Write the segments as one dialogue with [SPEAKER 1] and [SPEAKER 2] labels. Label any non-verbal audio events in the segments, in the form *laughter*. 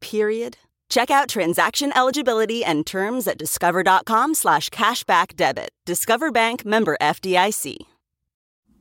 [SPEAKER 1] period? Check out transaction eligibility and terms at discover.com slash cashback debit. Discover Bank member FDIC.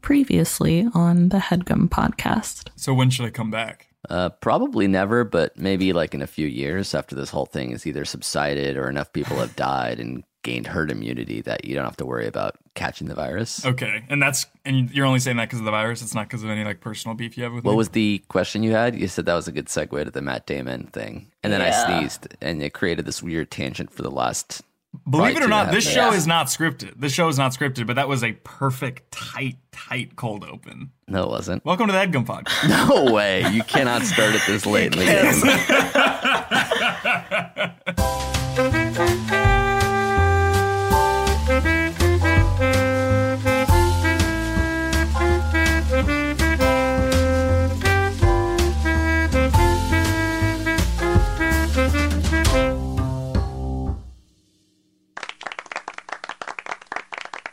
[SPEAKER 2] Previously on the Headgum podcast.
[SPEAKER 3] So when should I come back?
[SPEAKER 4] Uh, probably never, but maybe like in a few years after this whole thing has either subsided or enough people have died and gained herd immunity that you don't have to worry about catching the virus.
[SPEAKER 3] Okay, and that's and you're only saying that because of the virus. It's not because of any like personal beef you have with
[SPEAKER 4] What
[SPEAKER 3] me.
[SPEAKER 4] was the question you had? You said that was a good segue to the Matt Damon thing. And then
[SPEAKER 2] Yeah.
[SPEAKER 4] I sneezed and it created this weird tangent for the last.
[SPEAKER 3] Believe
[SPEAKER 4] Right,
[SPEAKER 3] it or
[SPEAKER 4] two
[SPEAKER 3] not,
[SPEAKER 4] and a
[SPEAKER 3] this
[SPEAKER 4] half
[SPEAKER 3] show
[SPEAKER 4] minutes.
[SPEAKER 3] is not scripted. This show is not scripted, but that was a perfect, tight, tight cold open.
[SPEAKER 4] No, it
[SPEAKER 5] *laughs*
[SPEAKER 4] wasn't.
[SPEAKER 3] Welcome to the Headgum Podcast.
[SPEAKER 4] No way. You cannot start it
[SPEAKER 5] *laughs*
[SPEAKER 4] this late in the game.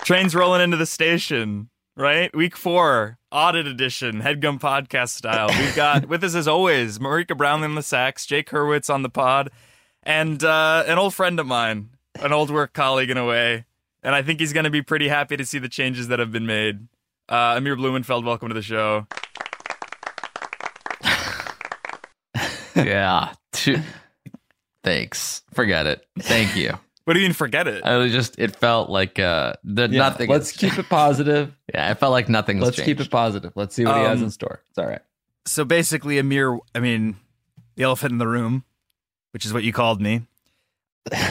[SPEAKER 3] Trains rolling into the station, right? Week four, audit edition, headgum podcast style. We've *laughs* got with us as always Marika Brownlee on the sax, Jake Hurwitz on the pod, and uh, an old friend of mine, an old work colleague in a way. And I think he's going to be pretty happy to see the changes that have been made. Uh, Amir Blumenfeld, welcome to the show.
[SPEAKER 6] yeah. Two- Thanks. Forget it. Thank you.
[SPEAKER 3] What do you mean, forget it?
[SPEAKER 6] I was just. It felt like uh, the
[SPEAKER 5] Yeah,
[SPEAKER 6] nothing.
[SPEAKER 5] Let's
[SPEAKER 6] has-
[SPEAKER 5] keep it positive.
[SPEAKER 6] *laughs* Yeah, it felt like nothing's.
[SPEAKER 5] let's
[SPEAKER 6] changed.
[SPEAKER 5] keep it positive. Let's see what he has
[SPEAKER 3] Um,
[SPEAKER 5] in store. It's all right.
[SPEAKER 3] so basically, Amir, I mean, the elephant in the room, which is what you called me.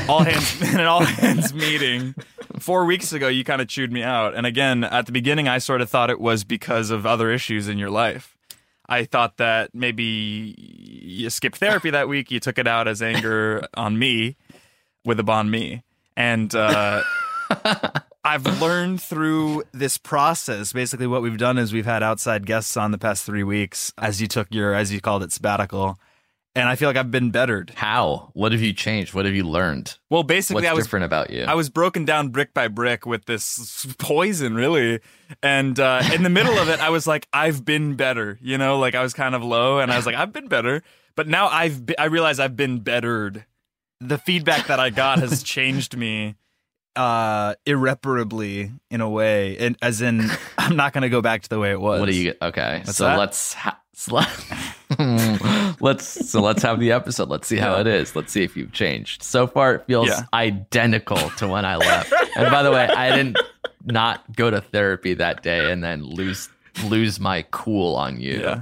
[SPEAKER 3] All hands *laughs* in an all hands meeting four weeks ago, you kind of chewed me out. And again, at the beginning, I sort of thought it was because of other issues in your life. I thought that maybe you skipped therapy that week. You took it out as anger on me with a bon me, and. Uh, I've learned through this process. Basically, what we've done is we've had outside guests on the past three weeks, as you took your, as you called it, sabbatical, and I feel like I've been bettered.
[SPEAKER 6] How? What have you changed? What have you learned?
[SPEAKER 3] Well, basically,
[SPEAKER 6] What's
[SPEAKER 3] I was
[SPEAKER 6] different about you?
[SPEAKER 3] I was broken down brick by brick with this poison, really. And uh, in the middle of it, I was like, I've been better, you know, like I was kind of low, and I was like, I've been better. But now I've be- I realize I've been bettered. The feedback that I got
[SPEAKER 6] *laughs*
[SPEAKER 3] has changed me uh, irreparably in a way, and as in, I'm not going to go back to the way it was.
[SPEAKER 6] What do you? Okay,
[SPEAKER 3] What's
[SPEAKER 6] so
[SPEAKER 3] that?
[SPEAKER 6] let's. Ha- so let- *laughs* let's so let's have the episode. Let's see how
[SPEAKER 3] Yeah.
[SPEAKER 6] it is. Let's see if you've changed. So far, it feels
[SPEAKER 3] Yeah.
[SPEAKER 6] identical to when I left. and by the way, I didn't not go to therapy that day and then lose lose my cool on you.
[SPEAKER 3] Yeah.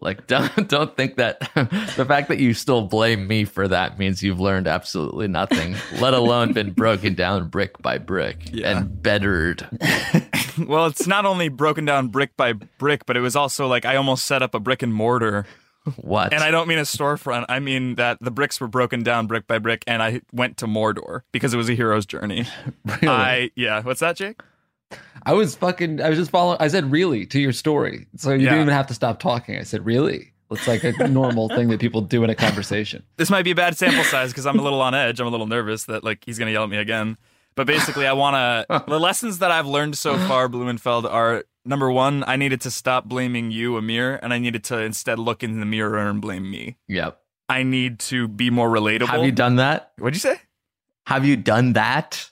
[SPEAKER 6] Like *laughs* don't don't think that *laughs* the fact that you still blame me for that means you've learned absolutely nothing, let alone been broken down brick by brick
[SPEAKER 3] Yeah.
[SPEAKER 6] and bettered.
[SPEAKER 3] Well, it's not only broken down brick by brick, but it was also like I almost set up a brick and mortar.
[SPEAKER 6] What?
[SPEAKER 3] And I don't mean a storefront. I mean that the bricks were broken down brick by brick, and I went to Mordor because it was a hero's journey.
[SPEAKER 6] *laughs* Really?
[SPEAKER 3] I yeah. What's that, Jake?
[SPEAKER 5] I was fucking. I was just following. I said really to your story, so you
[SPEAKER 3] Yeah.
[SPEAKER 5] didn't even have to stop talking. I said really. It's like a normal thing that people do in a conversation.
[SPEAKER 3] This might be a bad sample size because I'm a little on edge. I'm a little nervous that like he's gonna yell at me again. But basically, I
[SPEAKER 6] *laughs*
[SPEAKER 3] want to. the lessons that I've learned so far, Blumenfeld, are number one, I needed to stop blaming you, Amir, and I needed to instead look in the mirror and blame me.
[SPEAKER 6] yep.
[SPEAKER 3] I need to be more relatable.
[SPEAKER 6] Have you done that?
[SPEAKER 3] What'd you say?
[SPEAKER 6] Have you done that?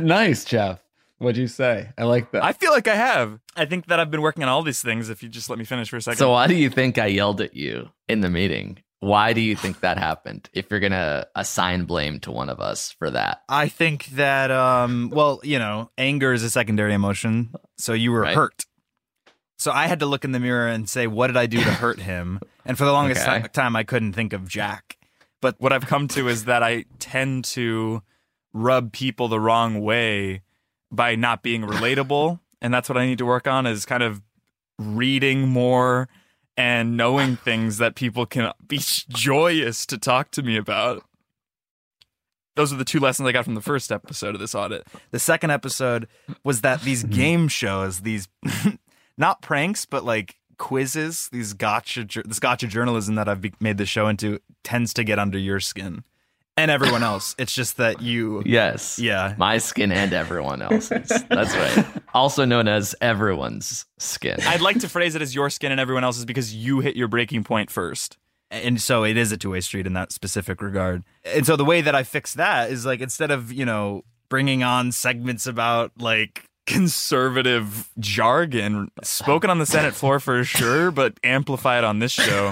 [SPEAKER 5] nice, Jeff. What'd you say? I like that.
[SPEAKER 3] I feel like I have. I think that I've been working on all these things. If you just let me finish for a second.
[SPEAKER 6] So why do you think I yelled at you in the meeting? Why do you think that happened? If you're gonna assign blame to one of us for that,
[SPEAKER 3] I think that um well, you know, anger is a secondary emotion. So you were
[SPEAKER 6] Right.
[SPEAKER 3] hurt. So I had to look in the mirror and say, what did I do to hurt him? And for the longest
[SPEAKER 6] Okay.
[SPEAKER 3] ti- time I couldn't think of Jack. But what I've come to is that I tend to rub people the wrong way by not being relatable, and that's what I need to work on is kind of reading more and knowing things that people can be *laughs* joyous to talk to me about. Those are the two lessons I got from the first episode of this audit. The second episode was that these game shows, these *laughs* not pranks, but like quizzes, these gotcha, jour- this gotcha journalism that I've be- made the show into tends to get under your skin and everyone else. It's just that you,
[SPEAKER 6] Yes.
[SPEAKER 3] yeah,
[SPEAKER 6] My skin and everyone else's.
[SPEAKER 3] *laughs*
[SPEAKER 6] That's right. Also known as everyone's skin.
[SPEAKER 3] I'd like to phrase it as your skin and everyone else's because you hit your breaking point first. And so it is a two way street in that specific regard. And so the way that I fix that is like instead of, you know, bringing on segments about like conservative jargon spoken on the Senate floor for sure, but amplified on this show,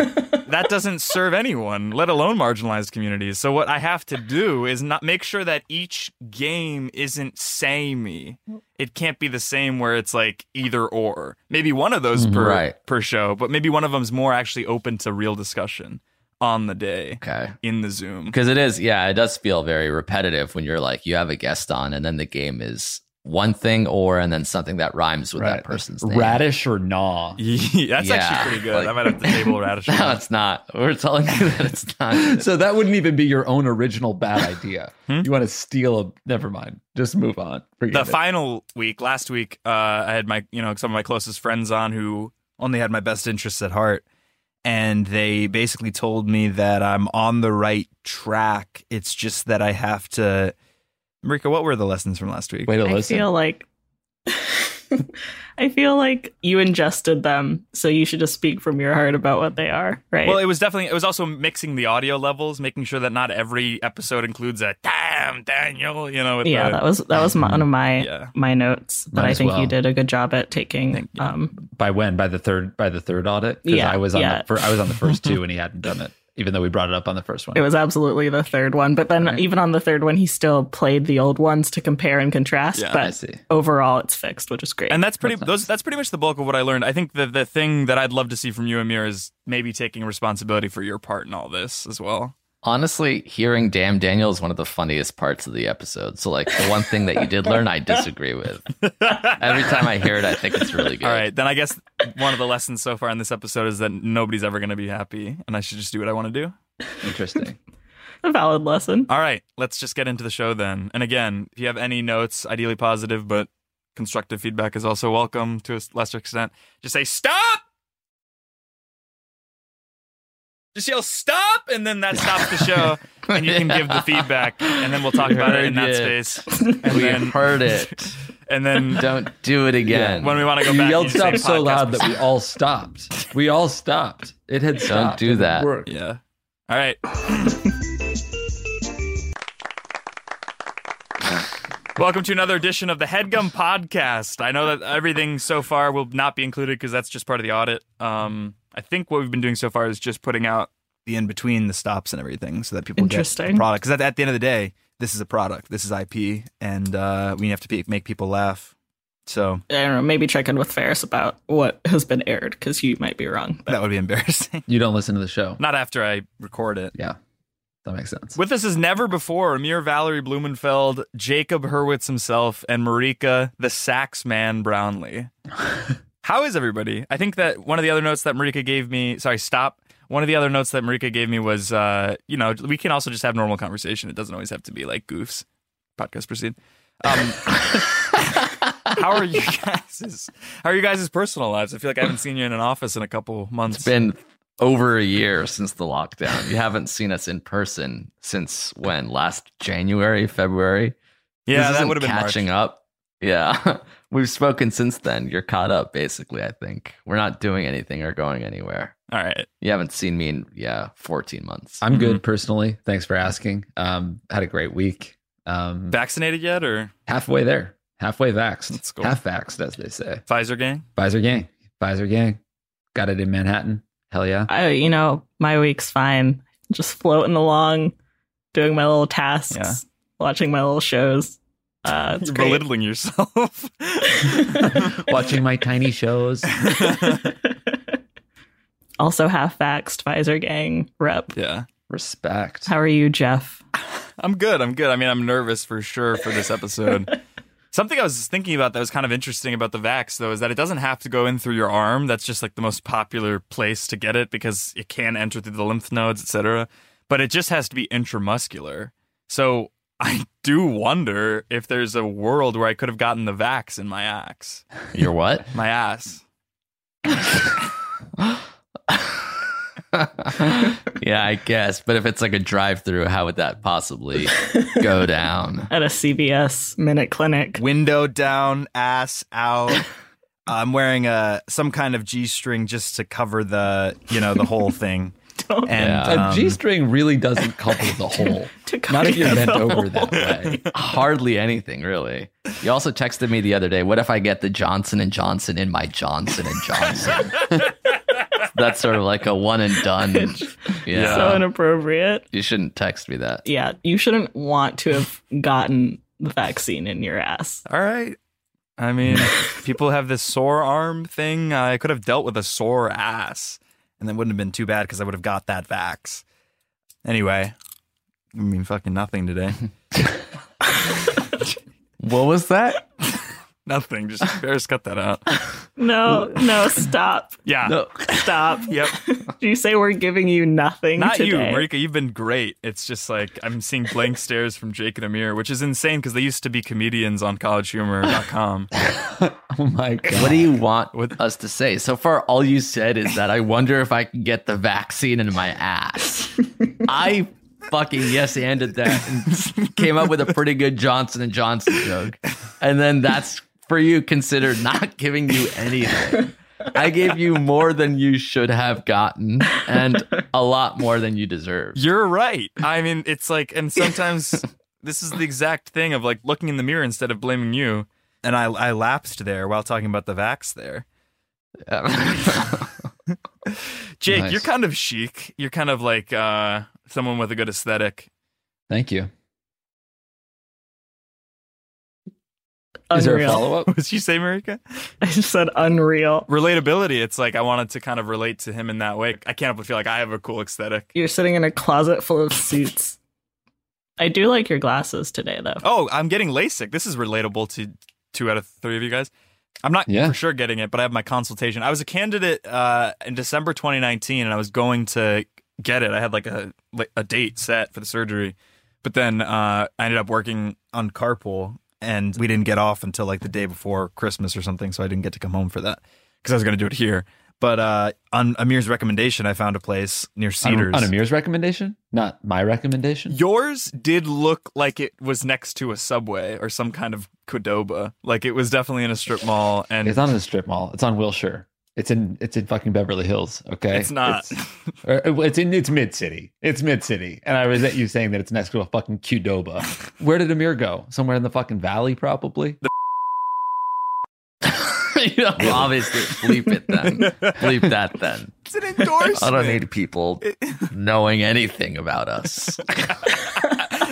[SPEAKER 3] that doesn't serve anyone, let alone marginalized communities. So what I have to do is not make sure that each game isn't samey it can't be the same where it's like either or. Maybe one of those per
[SPEAKER 6] Mm-hmm. Right.
[SPEAKER 3] per show, but maybe one of them's more actually open to real discussion on the day
[SPEAKER 6] Okay.
[SPEAKER 3] in the Zoom.
[SPEAKER 6] Because it is, yeah, it does feel very repetitive when you're like, you have a guest on, and then the game is one thing or, and then something that rhymes with that person's name. *laughs*
[SPEAKER 5] Radish or gnaw?
[SPEAKER 3] Yeah, *laughs* That's
[SPEAKER 6] Yeah.
[SPEAKER 3] actually pretty good.
[SPEAKER 6] Like-
[SPEAKER 3] I might have to table
[SPEAKER 6] *laughs*
[SPEAKER 3] radish.
[SPEAKER 6] No, it's not. We're telling you that it's
[SPEAKER 5] *laughs*
[SPEAKER 6] not.
[SPEAKER 5] So that wouldn't even be your own original bad idea. You want to steal a? Never mind. Just move on. Forget
[SPEAKER 3] the
[SPEAKER 5] it.
[SPEAKER 3] final week, last week, uh, I had my you know some of my closest friends on who only had my best interests at heart, and they basically told me that I'm on the right track. It's just that I have to. Marika, what were the lessons from last week?
[SPEAKER 5] Way to
[SPEAKER 2] I
[SPEAKER 5] listen.
[SPEAKER 2] feel like *laughs* I feel like you ingested them, so you should just speak from your heart about what they are, right?
[SPEAKER 3] Well, it was definitely it was also mixing the audio levels, making sure that not every episode includes a damn Daniel, you know. With
[SPEAKER 2] yeah,
[SPEAKER 3] the,
[SPEAKER 2] that was that was my, one of my
[SPEAKER 3] uh, Yeah.
[SPEAKER 2] my notes, but
[SPEAKER 5] Mine
[SPEAKER 2] I
[SPEAKER 5] as
[SPEAKER 2] think
[SPEAKER 5] well.
[SPEAKER 2] you did a good job at taking um
[SPEAKER 5] by when? By the third. By the third audit. Because
[SPEAKER 2] Yeah,
[SPEAKER 5] I was on.
[SPEAKER 2] yeah.
[SPEAKER 5] The, fir- I was on the first two, and he hadn't done it, even though we brought it up on the first one.
[SPEAKER 2] it was absolutely the third one, but then even on the third one he still played the old ones to compare and contrast,
[SPEAKER 3] Yeah,
[SPEAKER 2] but
[SPEAKER 5] I see.
[SPEAKER 2] overall it's fixed, which is great.
[SPEAKER 3] and that's pretty those that's pretty much the bulk of what I learned. I think the the thing that I'd love to see from you, Amir, is maybe taking responsibility for your part in all this as well.
[SPEAKER 6] Honestly, hearing Damn Daniel is one of the funniest parts of the episode. So, like, the one thing that you did learn, I disagree with. Every time I hear it, I think it's really good.
[SPEAKER 3] All right, then I guess one of the lessons so far in this episode is that nobody's ever going to be happy, and I should just do what I want to do.
[SPEAKER 5] Interesting.
[SPEAKER 2] a valid lesson.
[SPEAKER 3] All right, let's just get into the show then. And again, if you have any notes, ideally positive, but constructive feedback is also welcome to a lesser extent. Just say stop. Just yell stop, and then that stops the show,
[SPEAKER 5] *laughs*
[SPEAKER 3] and you can give the feedback, and then we'll talk about it in that
[SPEAKER 6] Heard
[SPEAKER 3] space.
[SPEAKER 5] *laughs*
[SPEAKER 3] And
[SPEAKER 6] We
[SPEAKER 3] then,
[SPEAKER 6] heard it.
[SPEAKER 3] and then
[SPEAKER 6] Don't do it again.
[SPEAKER 3] when we want to go
[SPEAKER 5] you
[SPEAKER 3] back,
[SPEAKER 5] yelled
[SPEAKER 3] you
[SPEAKER 5] stop
[SPEAKER 3] say
[SPEAKER 5] so
[SPEAKER 3] podcast
[SPEAKER 5] loud that we all stopped. We all stopped. It had stopped.
[SPEAKER 6] do
[SPEAKER 5] It
[SPEAKER 6] that.
[SPEAKER 5] worked.
[SPEAKER 3] Yeah. All right. Welcome to another edition of the Headgum Podcast. I know that everything so far will not be included because that's just part of the audit. Um, I think what we've been doing so far is just putting out the in between, the stops, and everything, so that people get the
[SPEAKER 2] Interesting.
[SPEAKER 3] product. Because at, at the end of the day, this is a product. This is IP, and uh, we have to pe- make people laugh. So
[SPEAKER 2] I don't know, maybe check in with Ferris about what has been aired because you might be wrong. But
[SPEAKER 3] that would be embarrassing. *laughs*
[SPEAKER 5] You don't listen to the show.
[SPEAKER 3] not after I record it.
[SPEAKER 5] Yeah, that makes sense.
[SPEAKER 3] With us as never before, Amir Valerie Blumenfeld, Jacob Hurwitz himself, and Marika the sax man
[SPEAKER 6] *laughs*
[SPEAKER 3] Brownlee. How is everybody? I think that one of the other notes that Marika gave me, sorry, stop. One of the other notes that Marika gave me was, uh, you know, we can also just have normal conversation. It doesn't always have to be like goofs. Podcast proceed. Um, *laughs* how are you guys? How are you guys' personal lives? I feel like I haven't seen you in an office in a couple months.
[SPEAKER 6] It's been over a year since the lockdown. You haven't seen us in person since when? Last January, February? This
[SPEAKER 3] yeah, that
[SPEAKER 6] isn't
[SPEAKER 3] would have been March.
[SPEAKER 6] catching up. Yeah, *laughs* we've spoken since then. You're caught up, basically. I think we're not doing anything or going anywhere.
[SPEAKER 3] All right.
[SPEAKER 6] You haven't seen me in yeah 14 months.
[SPEAKER 5] I'm good personally. Thanks for asking. Um, had a great week. Um,
[SPEAKER 3] Vaccinated yet or
[SPEAKER 5] halfway there, halfway vaxxed,
[SPEAKER 3] Let's go.
[SPEAKER 5] half vaxxed, as they say.
[SPEAKER 3] Pfizer gang?
[SPEAKER 5] Pfizer gang, Pfizer gang, got it in Manhattan. Hell yeah!
[SPEAKER 2] I, you know, my week's fine. Just floating along, doing my little tasks,
[SPEAKER 3] Yeah.
[SPEAKER 2] watching my little shows. Uh, it's
[SPEAKER 3] You're
[SPEAKER 2] great.
[SPEAKER 3] belittling yourself. *laughs*
[SPEAKER 5] Watching
[SPEAKER 6] *laughs*
[SPEAKER 5] my tiny shows.
[SPEAKER 2] also, half vaxxed Pfizer gang rep.
[SPEAKER 3] yeah.
[SPEAKER 5] Respect.
[SPEAKER 2] How are you, Jeff? *laughs*
[SPEAKER 3] I'm good. I'm good. I mean, I'm nervous for sure for this episode. Something I was thinking about that was kind of interesting about the vax, though, is that it doesn't have to go in through your arm. That's just like the most popular place to get it because it can enter through the lymph nodes, etc. But it just has to be intramuscular. So *laughs* I do wonder if there's a world where I could have gotten the vax in my axe,
[SPEAKER 6] Your
[SPEAKER 5] *laughs*
[SPEAKER 6] what?
[SPEAKER 3] my ass.
[SPEAKER 6] yeah, I guess. But if it's like a drive-through, how would that possibly go down?
[SPEAKER 2] at a CBS minute clinic.
[SPEAKER 3] Window down, ass out. I'm wearing a some kind of g-string just to cover the you know the whole thing.
[SPEAKER 2] Don't-
[SPEAKER 3] And
[SPEAKER 5] A
[SPEAKER 3] um,
[SPEAKER 5] G string really doesn't cover the whole.
[SPEAKER 2] To
[SPEAKER 5] Not if you're
[SPEAKER 2] cover
[SPEAKER 5] bent
[SPEAKER 2] the
[SPEAKER 5] over
[SPEAKER 2] whole.
[SPEAKER 6] *laughs*
[SPEAKER 5] that way.
[SPEAKER 6] Hardly anything, really. You also texted me the other day. What if I get the Johnson and Johnson in my Johnson and Johnson? That's sort of like a one and done. Yeah,
[SPEAKER 2] So inappropriate.
[SPEAKER 6] you shouldn't text me that.
[SPEAKER 2] Yeah, you shouldn't want to have gotten the vaccine in your ass.
[SPEAKER 3] All right. I mean, people have this sore arm thing. I could have dealt with a sore ass, and that wouldn't have been too bad because I would have got that vax. Anyway, I mean, fucking nothing today.
[SPEAKER 6] What was that?
[SPEAKER 3] nothing. Just Ferris cut that out.
[SPEAKER 2] No, no, stop,
[SPEAKER 3] Yeah.
[SPEAKER 2] stop.
[SPEAKER 3] Yep.
[SPEAKER 2] Do you say we're giving you nothing?
[SPEAKER 3] Not you,
[SPEAKER 2] today?
[SPEAKER 3] Marika. You've been great. It's just like I'm seeing blank stares from Jake and Amir, which is insane because they used to be comedians on collegehumor.com.
[SPEAKER 5] Oh my god!
[SPEAKER 6] What do you want
[SPEAKER 3] What-
[SPEAKER 6] us to say? So far, all you said is that I wonder if I can get the vaccine in my ass. I fucking yes handed that and came up with a pretty good Johnson and Johnson joke, and then that's for you considered not giving you anything. I gave you more than you should have gotten, and a lot more than you deserve. *laughs*
[SPEAKER 3] You're right. I mean, it's like, and sometimes this is the exact thing of like looking in the mirror instead of blaming you. And I, I lapsed there while talking about the vax there. Jake,
[SPEAKER 5] Nice.
[SPEAKER 3] you're kind of chic. You're kind of like uh, someone with a good aesthetic. *laughs*
[SPEAKER 5] Thank you. Is there a
[SPEAKER 2] Unreal.
[SPEAKER 5] follow up?
[SPEAKER 3] What did you say, Marika?
[SPEAKER 2] I just said unreal.
[SPEAKER 3] Relatability. It's like I wanted to kind of relate to him in that way. I can't help but feel like I have a cool aesthetic.
[SPEAKER 2] You're sitting in a closet full of suits. I do like your glasses today, though.
[SPEAKER 3] *laughs* Oh, I'm getting LASIK. This is relatable to two out of three of you guys. I'm not
[SPEAKER 5] Yeah.
[SPEAKER 3] for sure getting it, but I have my consultation. I was a candidate uh, in December 2019, and I was going to get it. I had like a like a date set for the surgery, but then uh, I ended up working on carpool, and we didn't get off until like the day before Christmas or something. So I didn't get to come home for that because I was going to do it here. But uh, on Amir's recommendation, I found a place near Cedars.
[SPEAKER 5] On, on Amir's recommendation, not my recommendation.
[SPEAKER 3] Yours did look like it was next to a subway or some kind of Qdoba. Like it was definitely in a strip mall, and
[SPEAKER 5] It's not in a strip mall. It's on Wilshire. It's in it's in fucking Beverly Hills. Okay,
[SPEAKER 3] It's not.
[SPEAKER 5] It's, or- or it's in it's mid city. It's mid city, and I resent you saying that it's next to a
[SPEAKER 6] *laughs*
[SPEAKER 5] fucking Qdoba. Where did Amir go? Somewhere in the fucking valley, probably.
[SPEAKER 6] you know, obviously, bleep it then. Bleep that then.
[SPEAKER 3] *laughs* it's an endorsement.
[SPEAKER 6] I don't
[SPEAKER 3] *laughs*
[SPEAKER 6] need people knowing anything about
[SPEAKER 5] *laughs*
[SPEAKER 6] us.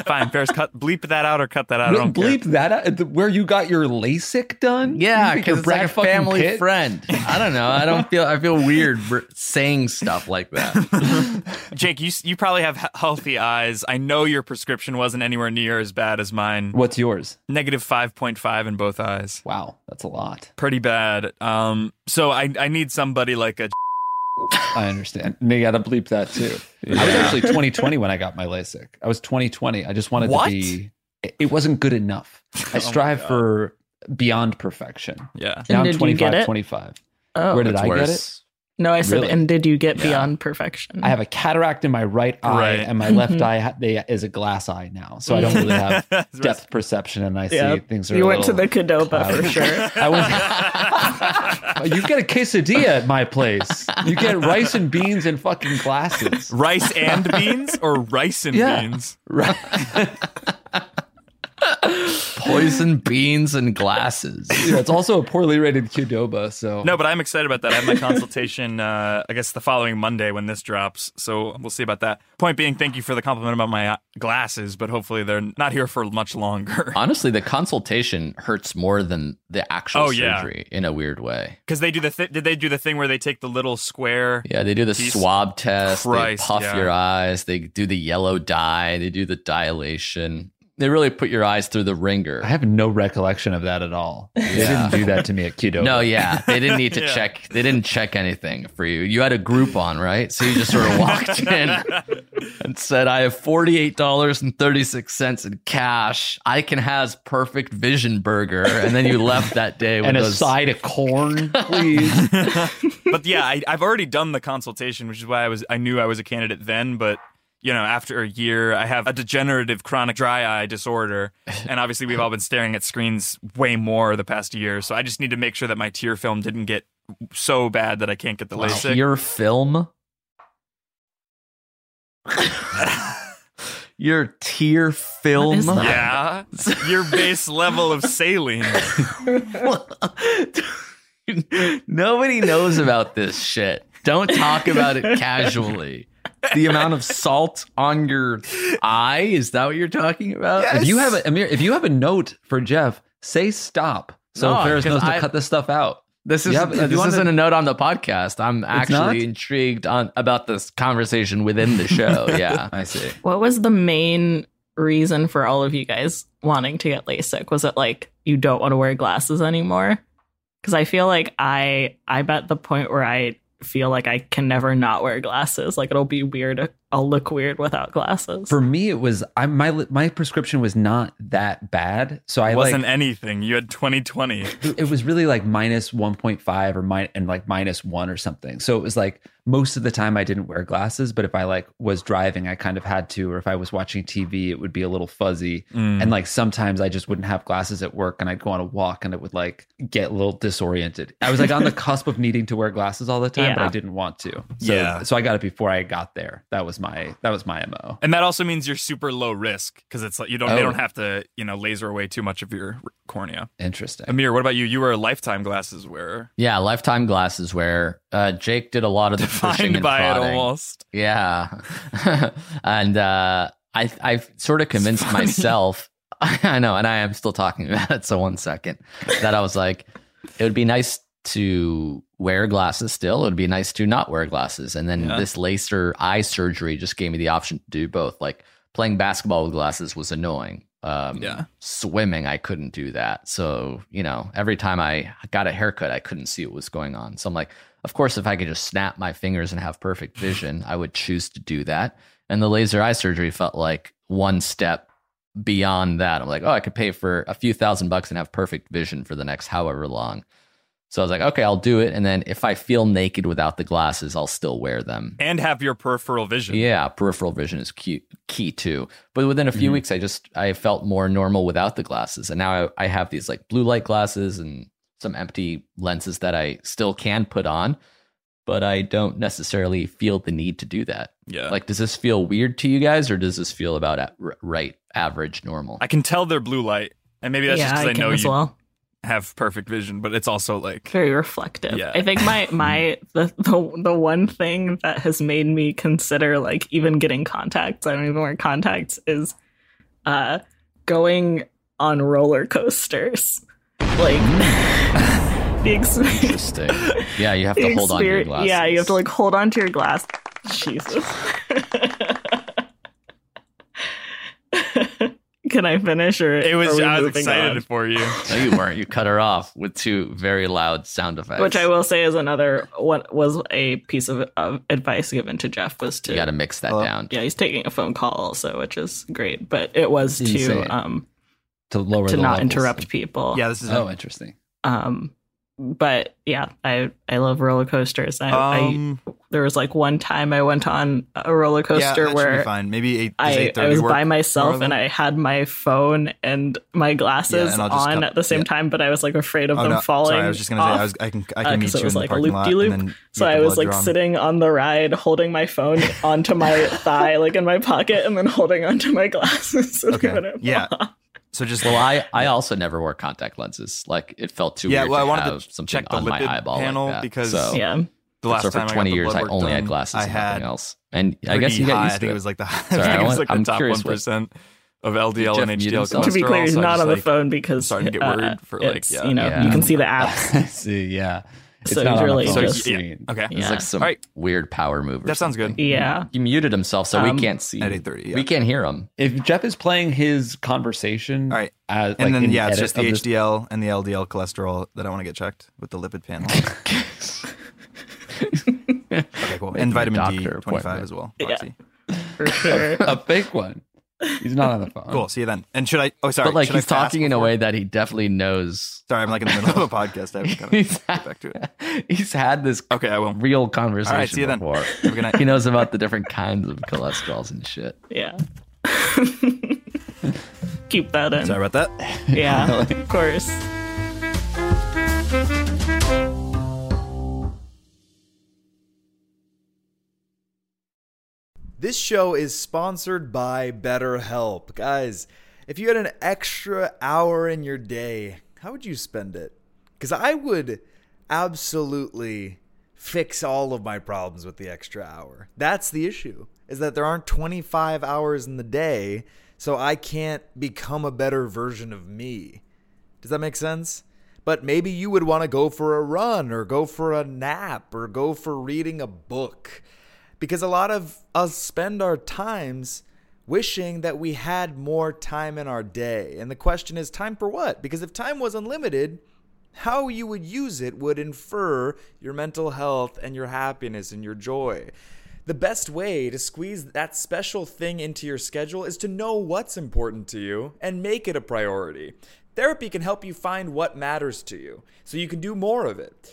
[SPEAKER 3] Fine, Ferris, cut bleep that out or cut that out. I
[SPEAKER 5] No,
[SPEAKER 3] don't
[SPEAKER 5] bleep that out. The- Where you got your LASIK done?
[SPEAKER 6] Yeah,
[SPEAKER 5] You think you're
[SPEAKER 6] because it's like a
[SPEAKER 5] Brad fucking
[SPEAKER 6] family
[SPEAKER 5] Pitt?
[SPEAKER 6] friend. I don't know. I don't feel. I feel weird br- saying stuff like
[SPEAKER 5] *laughs*
[SPEAKER 6] that.
[SPEAKER 3] Care. Jake, you s- you probably have he- healthy eyes. I know your prescription wasn't anywhere near as bad as mine.
[SPEAKER 5] What's yours?
[SPEAKER 3] Negative five point five in both eyes.
[SPEAKER 5] Wow, that's a lot.
[SPEAKER 3] Pretty bad. Um, so I I need somebody like a.
[SPEAKER 5] I understand. And you got to bleep that too. I was actually 2020 when I got my LASIK. I was 2020. I just wanted
[SPEAKER 3] What?
[SPEAKER 5] to be. it- It wasn't good enough.
[SPEAKER 2] *laughs*
[SPEAKER 5] I strive for beyond perfection.
[SPEAKER 3] Yeah.
[SPEAKER 2] Oh And
[SPEAKER 5] Now I'm
[SPEAKER 2] did you
[SPEAKER 5] 25,
[SPEAKER 2] get it?
[SPEAKER 5] 25.
[SPEAKER 2] Oh,
[SPEAKER 5] Where did
[SPEAKER 6] It's
[SPEAKER 5] I get it?
[SPEAKER 6] worse.
[SPEAKER 2] no, I said,
[SPEAKER 5] Really?
[SPEAKER 2] and did you get
[SPEAKER 6] Yeah.
[SPEAKER 2] beyond perfection?
[SPEAKER 5] I have a cataract in my right eye,
[SPEAKER 3] Right.
[SPEAKER 5] and my left
[SPEAKER 2] Mhm.
[SPEAKER 5] eye ha- they, is a glass eye now, so I don't really have
[SPEAKER 2] *laughs*
[SPEAKER 5] depth perception, and I
[SPEAKER 2] Yeah.
[SPEAKER 5] see things. Are
[SPEAKER 2] you
[SPEAKER 5] a
[SPEAKER 2] went to the
[SPEAKER 5] little
[SPEAKER 2] Qdoba for
[SPEAKER 5] cloudy.
[SPEAKER 2] sure.
[SPEAKER 5] *laughs* I went.
[SPEAKER 2] *laughs*
[SPEAKER 5] you get a quesadilla at my place. You get rice and beans and fucking
[SPEAKER 2] *laughs*
[SPEAKER 5] glasses.
[SPEAKER 3] *laughs* Rice and beans or rice and
[SPEAKER 5] Yeah.
[SPEAKER 3] beans?
[SPEAKER 6] Poison beans and glasses.
[SPEAKER 5] Yeah, it's also a poorly rated Qdoba, so
[SPEAKER 3] No, but I'm excited about that. I have my consultation, uh, I guess, the following Monday when this drops. So we'll see about that. Point being, thank you for the compliment about my uh, glasses, but hopefully they're not here for much longer
[SPEAKER 6] Honestly, the consultation hurts more than the actual
[SPEAKER 3] Oh, yeah.
[SPEAKER 6] surgery in a weird way.
[SPEAKER 3] because they do the th- did they do the thing where they take the little square?
[SPEAKER 6] Yeah, they do the
[SPEAKER 3] Jesus
[SPEAKER 6] swab test.
[SPEAKER 3] Christ,
[SPEAKER 6] they puff
[SPEAKER 3] yeah.
[SPEAKER 6] your eyes. They do the yellow dye. They do the dilation. They really put your eyes through the ringer.
[SPEAKER 5] I have no recollection of that at all. They
[SPEAKER 6] Yeah.
[SPEAKER 5] didn't do that to me at Kudo. *laughs*
[SPEAKER 6] No, yeah, they didn't need to
[SPEAKER 3] Yeah.
[SPEAKER 6] check. They didn't check anything for you. You had a Groupon, right? So you just sort of
[SPEAKER 5] *laughs*
[SPEAKER 6] walked in and said, "I have forty-eight dollars and thirty-six cents in cash. I can has perfect vision burger." And then you left that day with
[SPEAKER 5] *laughs* and a
[SPEAKER 6] those- *laughs*
[SPEAKER 5] side of corn, please.
[SPEAKER 3] but yeah, I, I've already done the consultation, which is why I was I knew I was a candidate then. But you know, after a year, I have a degenerative chronic dry eye disorder, and obviously we've all been staring at screens way more the past year. So I just need to make sure that my tear film didn't get so bad that I can't get the LASIK.
[SPEAKER 6] your film. your tear film.
[SPEAKER 2] What is that?
[SPEAKER 3] yeah, your base level of
[SPEAKER 6] *laughs*
[SPEAKER 3] saline.
[SPEAKER 6] Nobody knows about this shit. Don't talk about it casually. The amount of salt on your eye, is that what you're talking about?
[SPEAKER 5] if you have a Amir, if you have a note for Jeff, say stop. So
[SPEAKER 6] No,
[SPEAKER 5] Ferris
[SPEAKER 6] 'cause
[SPEAKER 5] knows to
[SPEAKER 6] I-
[SPEAKER 5] cut this stuff out.
[SPEAKER 6] This is
[SPEAKER 5] Yeah, but if you
[SPEAKER 6] this
[SPEAKER 5] wanna-
[SPEAKER 6] isn't a note on the podcast. I'm
[SPEAKER 5] not?
[SPEAKER 6] actually intrigued on about this conversation within the show.
[SPEAKER 5] *laughs*
[SPEAKER 6] Yeah.
[SPEAKER 5] I see.
[SPEAKER 2] What was the main reason for all of you guys wanting to get LASIK? Was it like you don't want to wear glasses anymore? Because I feel like I I bet the point where I feel like I can never not wear glasses. Like it'll be weird. I'll look weird without glasses.
[SPEAKER 5] For me, it was I my li- my prescription was not that bad, so I
[SPEAKER 3] It wasn't
[SPEAKER 5] like
[SPEAKER 3] anything. You had 2020.
[SPEAKER 5] it was really like minus one point five or min- and like minus one or something. So it was like most of the time I didn't wear glasses, but if I like was driving, I kind of had to, or if I was watching TV, it would be a little fuzzy.
[SPEAKER 3] Mm.
[SPEAKER 5] And like sometimes I just wouldn't have glasses at work and I'd go on a walk and it would like get a little disoriented. I was
[SPEAKER 3] *laughs*
[SPEAKER 5] like on the cusp of needing to wear glasses all the time, but I
[SPEAKER 2] Yeah.
[SPEAKER 5] didn't want to. So,
[SPEAKER 3] Yeah.
[SPEAKER 5] so I got it before I got there. That was my that was my MO.
[SPEAKER 3] And that also means you're super low risk because it's like you don't
[SPEAKER 5] Oh.
[SPEAKER 3] they don't have to you know laser away too much of your cornea.
[SPEAKER 5] Interesting.
[SPEAKER 3] Amir, what about you? You were a lifetime glasses
[SPEAKER 6] *laughs*
[SPEAKER 3] wearer,
[SPEAKER 6] Yeah, lifetime glasses where uh, Jake did a lot of the pushing
[SPEAKER 3] defined
[SPEAKER 6] and
[SPEAKER 3] by it
[SPEAKER 6] prodding.
[SPEAKER 3] almost.
[SPEAKER 6] Yeah. *laughs* and uh, I I've sort of convinced myself *laughs* I know, and I am still talking about it, so one second. That I was like, it would be nice to wear glasses still. It would be nice to not wear glasses. And then
[SPEAKER 3] Yeah.
[SPEAKER 6] this laser eye surgery just gave me the option to do both. Like playing basketball with glasses was annoying. Um
[SPEAKER 3] Yeah.
[SPEAKER 6] swimming I couldn't do that. So, you know, every time I got a haircut, I couldn't see what was going on. So I'm like, of course, if I could just snap my fingers and have perfect vision, I would choose to do that. And the laser eye surgery felt like one step beyond that. I'm like, oh, I could pay for a few thousand bucks and have perfect vision for the next however long. So I was like, okay, I'll do it. And then if I feel naked without the glasses, I'll still wear them.
[SPEAKER 3] and have your peripheral vision.
[SPEAKER 6] Yeah, peripheral vision is key, key too. But within a few
[SPEAKER 2] Mm-hmm.
[SPEAKER 5] Mhm.
[SPEAKER 6] weeks, I just I felt more normal without the glasses, and now I, I have these like blue light glasses and some empty lenses that I still can put on, but I don't necessarily feel the need to do that.
[SPEAKER 3] yeah.
[SPEAKER 6] Like, does this feel weird to you guys, or does this feel about at, r- right, average, normal?
[SPEAKER 3] I can tell they're blue light, and maybe that's
[SPEAKER 2] yeah,
[SPEAKER 3] just because I,
[SPEAKER 2] I can
[SPEAKER 3] know
[SPEAKER 2] as
[SPEAKER 3] you
[SPEAKER 2] well.
[SPEAKER 3] have perfect vision, but it's also like
[SPEAKER 2] very reflective.
[SPEAKER 3] Yeah.
[SPEAKER 2] I think my my the, the the one thing that has made me consider like even getting contacts, I don't even wear contacts, is uh going on roller coasters. Like the experience
[SPEAKER 6] *laughs* Interesting. yeah,
[SPEAKER 2] *laughs*
[SPEAKER 6] you have to hold on to your
[SPEAKER 2] experi-
[SPEAKER 6] glasses.
[SPEAKER 2] Yeah, you have to like hold on to your glass. Jesus. *laughs* Can I finish or
[SPEAKER 3] it was.
[SPEAKER 2] Are we
[SPEAKER 3] I was
[SPEAKER 2] moving
[SPEAKER 3] excited
[SPEAKER 2] on?
[SPEAKER 3] for you.
[SPEAKER 6] *laughs* No, you weren't. You cut her off with two very loud sound effects.
[SPEAKER 2] which I will say is another what was a piece of, of advice given to Jeff was to
[SPEAKER 6] You got to mix that
[SPEAKER 5] Hello?
[SPEAKER 6] down.
[SPEAKER 2] yeah he's taking a phone call also which is great but it was
[SPEAKER 5] Insane.
[SPEAKER 2] to um
[SPEAKER 5] To lower
[SPEAKER 2] to
[SPEAKER 5] the
[SPEAKER 2] not
[SPEAKER 5] levels.
[SPEAKER 2] interrupt people
[SPEAKER 3] Yeah, this is.
[SPEAKER 5] Oh, *laughs* interesting.
[SPEAKER 2] um but yeah I I love roller coasters I,
[SPEAKER 3] um,
[SPEAKER 2] I there was like one time I went on a roller coaster where
[SPEAKER 3] fine. Maybe eight.
[SPEAKER 2] I, I was by myself and I had my phone and my glasses
[SPEAKER 3] and I'll just
[SPEAKER 2] on
[SPEAKER 3] cut-
[SPEAKER 2] at the same
[SPEAKER 3] yeah. Oh,
[SPEAKER 2] time, but I was like afraid of them falling. off.
[SPEAKER 3] I can.
[SPEAKER 2] uh, 'cause it was like a loop-de-loop. So I was like sitting on the ride, holding my
[SPEAKER 3] *laughs*
[SPEAKER 2] phone onto my thigh, like in my pocket, and then holding onto my glasses. *laughs* so they
[SPEAKER 3] Okay.
[SPEAKER 2] wouldn't fall
[SPEAKER 3] Yeah.
[SPEAKER 2] off.
[SPEAKER 3] So just
[SPEAKER 6] Well, I, I also never wore contact lenses. Like it felt too
[SPEAKER 3] Yeah,
[SPEAKER 6] weird
[SPEAKER 3] well, I
[SPEAKER 6] to
[SPEAKER 3] wanted to
[SPEAKER 6] have something
[SPEAKER 3] check the
[SPEAKER 6] on my
[SPEAKER 3] lipid
[SPEAKER 6] eyeball like
[SPEAKER 3] panel
[SPEAKER 6] that.
[SPEAKER 3] because
[SPEAKER 6] so,
[SPEAKER 2] yeah.
[SPEAKER 3] the last
[SPEAKER 6] so for
[SPEAKER 3] time I got
[SPEAKER 6] 20
[SPEAKER 3] the
[SPEAKER 6] years
[SPEAKER 3] blood
[SPEAKER 6] I
[SPEAKER 3] work
[SPEAKER 6] only had
[SPEAKER 3] done,
[SPEAKER 6] glasses
[SPEAKER 3] I
[SPEAKER 6] and nothing
[SPEAKER 3] had
[SPEAKER 6] else. And I guess you
[SPEAKER 3] pretty
[SPEAKER 6] got
[SPEAKER 3] high.
[SPEAKER 6] used
[SPEAKER 3] I
[SPEAKER 6] to
[SPEAKER 3] think
[SPEAKER 6] it.
[SPEAKER 3] it was like the
[SPEAKER 6] Sorry,
[SPEAKER 3] I think
[SPEAKER 6] I
[SPEAKER 3] it was
[SPEAKER 6] want-
[SPEAKER 3] like the
[SPEAKER 6] I'm
[SPEAKER 3] top
[SPEAKER 6] curious
[SPEAKER 3] one
[SPEAKER 6] what-
[SPEAKER 3] percent of LDL and
[SPEAKER 6] Jeff mute
[SPEAKER 3] HDL
[SPEAKER 6] himself?
[SPEAKER 3] cholesterol.
[SPEAKER 2] to be clear, he's
[SPEAKER 3] so I
[SPEAKER 2] not
[SPEAKER 3] just,
[SPEAKER 2] on the
[SPEAKER 3] like,
[SPEAKER 2] phone because
[SPEAKER 3] starting to get
[SPEAKER 2] uh,
[SPEAKER 3] worried for, like,
[SPEAKER 2] it's,
[SPEAKER 3] yeah. *laughs*
[SPEAKER 2] you know
[SPEAKER 6] Yeah.
[SPEAKER 2] you can see the apps.
[SPEAKER 5] I see. Yeah. It's
[SPEAKER 2] So
[SPEAKER 5] not
[SPEAKER 2] he's
[SPEAKER 5] on a
[SPEAKER 2] really
[SPEAKER 5] phone
[SPEAKER 7] just-
[SPEAKER 5] screen.
[SPEAKER 7] Okay.
[SPEAKER 2] Yeah.
[SPEAKER 6] It's like some
[SPEAKER 7] All right.
[SPEAKER 6] weird power move. or
[SPEAKER 7] That sounds good.
[SPEAKER 6] something.
[SPEAKER 2] Yeah.
[SPEAKER 6] He muted himself, so
[SPEAKER 2] Um,
[SPEAKER 6] we can't see.
[SPEAKER 7] At 8:30, yeah.
[SPEAKER 6] we can't hear him.
[SPEAKER 5] If Jeff is playing his conversation,
[SPEAKER 7] All right.
[SPEAKER 5] as,
[SPEAKER 7] And
[SPEAKER 5] like, in
[SPEAKER 7] then yeah, it's
[SPEAKER 5] edit
[SPEAKER 7] just the
[SPEAKER 5] of this-
[SPEAKER 7] HDL and the LDL cholesterol that I want to get checked with the lipid panel. okay, cool.
[SPEAKER 6] Making
[SPEAKER 7] And
[SPEAKER 6] a
[SPEAKER 7] vitamin D
[SPEAKER 6] doctor
[SPEAKER 7] twenty five
[SPEAKER 6] appointment.
[SPEAKER 7] as well.
[SPEAKER 2] Yeah.
[SPEAKER 7] Roxy.
[SPEAKER 2] For sure.
[SPEAKER 3] *laughs*
[SPEAKER 5] a big one. *laughs* He's not on the phone.
[SPEAKER 7] Cool. See you then. And should I? Oh, sorry.
[SPEAKER 6] Um, but like
[SPEAKER 7] should I
[SPEAKER 6] he's
[SPEAKER 7] fast
[SPEAKER 6] talking in a
[SPEAKER 7] before-
[SPEAKER 6] way that he definitely knows.
[SPEAKER 7] *laughs* Sorry, I'm like in the middle of a podcast. I haven't kind of
[SPEAKER 6] *laughs* He's
[SPEAKER 7] get back to it.
[SPEAKER 6] He's had this
[SPEAKER 7] Okay, I won't.
[SPEAKER 6] real conversation
[SPEAKER 7] All right, see you then.
[SPEAKER 6] before.
[SPEAKER 7] Have a good night.
[SPEAKER 6] he knows about the different kinds of cholesterols and shit.
[SPEAKER 2] Yeah. *laughs* Keep that in.
[SPEAKER 7] Sorry about that.
[SPEAKER 3] *laughs*
[SPEAKER 2] Yeah, of course.
[SPEAKER 3] This show is sponsored by BetterHelp. Guys, if you had an extra hour in your day, how would you spend it? Because I would absolutely fix all of my problems with the extra hour. That's the issue, is that there aren't 25 hours in the day, so I can't become a better version of me. Does that make sense? But maybe you would want to go for a run or go for a nap or go for reading a book. Because a lot of us spend our times wishing that we had more time in our day. And the question is time for what? Because if time was unlimited, how you would use it would infer your mental health and your happiness and your joy. The best way to squeeze that special thing into your schedule is to know what's important to you and make it a priority. Therapy can help you find what matters to you so you can do more of it.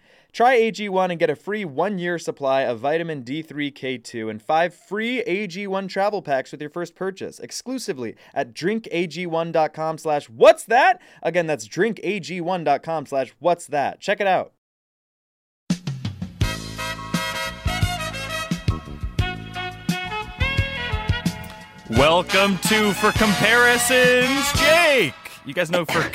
[SPEAKER 8] Try AG1 and get a free one year supply of vitamin D3K2 and five free AG1 travel packs with your first purchase exclusively at drinkag1.com slash what's that? Again, that's drinkag1.com slash what's that. Check it out.
[SPEAKER 7] Welcome to for comparisons, Jake. You guys know for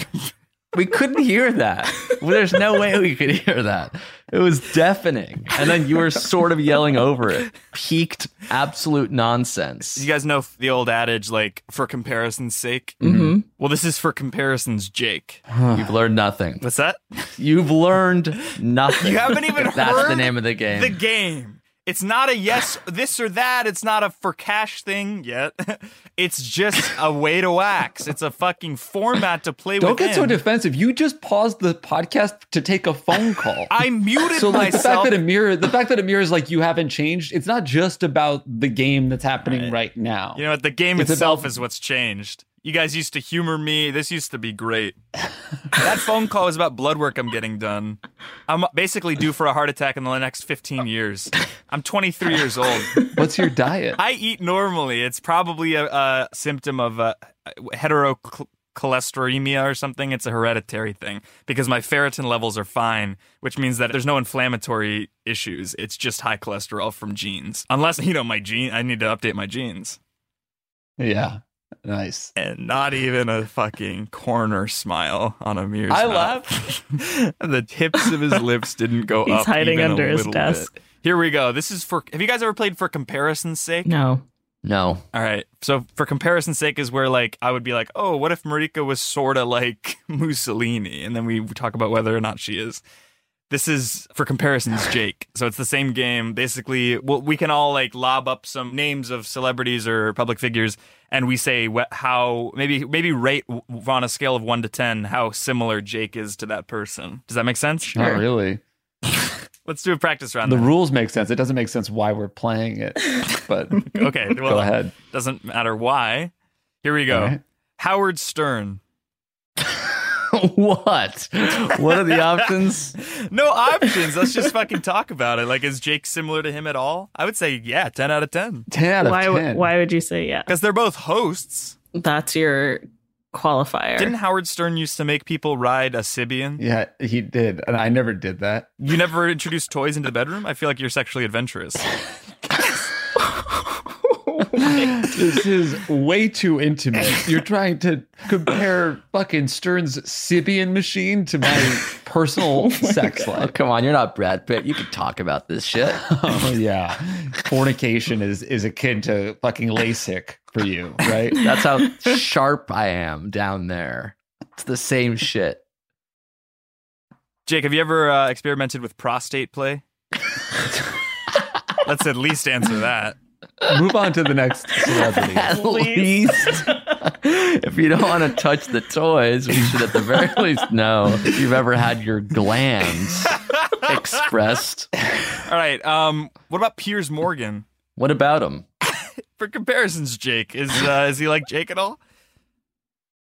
[SPEAKER 6] We couldn't hear that. Well, there's no way we could hear that. It was deafening. And then you were sort of yelling over it. Peaked absolute nonsense.
[SPEAKER 7] you guys know the old adage like for comparison's sake.
[SPEAKER 5] Mm-hmm.
[SPEAKER 2] hmm
[SPEAKER 7] Well, this is for comparisons, Jake.
[SPEAKER 6] You've learned nothing.
[SPEAKER 7] What's that?
[SPEAKER 6] You've learned
[SPEAKER 7] *laughs*
[SPEAKER 6] nothing.
[SPEAKER 7] You haven't even
[SPEAKER 6] That's
[SPEAKER 7] heard
[SPEAKER 6] the name of the game.
[SPEAKER 7] The game. It's not a yes, *sighs* this or that. It's not a for cash thing yet. *laughs* It's just a way to wax. It's a fucking format to play
[SPEAKER 5] Don't
[SPEAKER 7] with.
[SPEAKER 5] get so defensive. You just paused the podcast to take a phone call.
[SPEAKER 7] I muted
[SPEAKER 5] so like the fact
[SPEAKER 7] myself.
[SPEAKER 5] that Amir, the fact that Amir is like you haven't changed. It's not just about the game that's happening right, now.
[SPEAKER 7] you know what? The game
[SPEAKER 5] It's
[SPEAKER 7] itself
[SPEAKER 5] about-
[SPEAKER 7] is what's changed. You guys used to humor me. This used to be
[SPEAKER 5] *laughs*
[SPEAKER 7] great. that phone call is about blood work I'm getting done. I'm basically due for a heart attack in the next 15 years. I'm 23 years old.
[SPEAKER 5] What's your
[SPEAKER 3] *laughs*
[SPEAKER 5] diet?
[SPEAKER 7] I eat normally. It's probably a, a symptom of uh, heterocl-
[SPEAKER 3] cholesteremia or something. It's a hereditary thing because my ferritin levels are fine, which means that there's no inflammatory issues. It's just high cholesterol from genes. Unless, you know, my gene, I need to update my genes.
[SPEAKER 5] Yeah. Nice.
[SPEAKER 3] And not even a fucking corner smile on Amir's
[SPEAKER 6] I
[SPEAKER 3] mouth. *laughs* the tips of his lips didn't go
[SPEAKER 2] He's
[SPEAKER 3] up.
[SPEAKER 2] hiding
[SPEAKER 3] even a
[SPEAKER 2] under his
[SPEAKER 3] little
[SPEAKER 2] desk.
[SPEAKER 3] bit. Here we go. This is for. Have you guys ever played for comparison's sake?
[SPEAKER 2] No.
[SPEAKER 6] No.
[SPEAKER 3] All right. So for comparison's sake is where like I would be like, "Oh, what if Marika was sort of like *laughs* Mussolini?" And then we talk about whether or not she is. This is for comparison's Jake. So it's the same game. Basically, well, we can all like lob up some names of celebrities or public figures and we say wh- how maybe maybe rate w- on a scale of 1 to 10 how similar Jake is to that person. Does that make sense?
[SPEAKER 5] Not really.
[SPEAKER 3] Let's do a practice round.
[SPEAKER 5] The
[SPEAKER 3] then.
[SPEAKER 5] rules make sense. It doesn't make sense why we're playing it, but
[SPEAKER 3] okay, well,
[SPEAKER 5] *laughs* go ahead.
[SPEAKER 3] doesn't matter why. Here we go.
[SPEAKER 5] All right.
[SPEAKER 3] Howard Stern.
[SPEAKER 6] what? What are the options?
[SPEAKER 3] No options. Let's just fucking talk about it. Like, is Jake similar to him at all? I would say, yeah, 10 out of 10.
[SPEAKER 5] 10 out of
[SPEAKER 2] Why,
[SPEAKER 5] 10.
[SPEAKER 2] would why would you say yeah?
[SPEAKER 3] Because they're both hosts.
[SPEAKER 2] That's your qualifier.
[SPEAKER 3] Didn't Howard Stern used to make people ride a Sibian?
[SPEAKER 5] Yeah, he did. And I never did that.
[SPEAKER 3] You never introduced toys into the bedroom? I feel like you're sexually
[SPEAKER 5] *laughs*
[SPEAKER 3] adventurous.
[SPEAKER 5] *laughs* This is way too intimate. You're trying to compare fucking Stern's Sibian machine to my personal *laughs* sex
[SPEAKER 4] Oh,
[SPEAKER 5] life.
[SPEAKER 4] come on, you're not Brad Pitt. You can talk about this shit.
[SPEAKER 5] Oh yeah. Fornication is is akin to fucking LASIK for you, right?
[SPEAKER 4] That's
[SPEAKER 7] *laughs*
[SPEAKER 4] how sharp I am down there. It's the same shit.
[SPEAKER 3] Jake, have you ever uh, experimented with prostate
[SPEAKER 5] *laughs*
[SPEAKER 3] play? Let's at least answer that.
[SPEAKER 5] Move on to the next celebrity.
[SPEAKER 2] *laughs*
[SPEAKER 4] At least, *laughs* if you don't want to touch the toys, we should at the very *laughs* least know if you've ever had your
[SPEAKER 2] *laughs*
[SPEAKER 4] glands expressed.
[SPEAKER 3] All right. Um, what about Piers Morgan?
[SPEAKER 4] What about him?
[SPEAKER 3] For comparisons, Jake is uh, is he like Jake at all?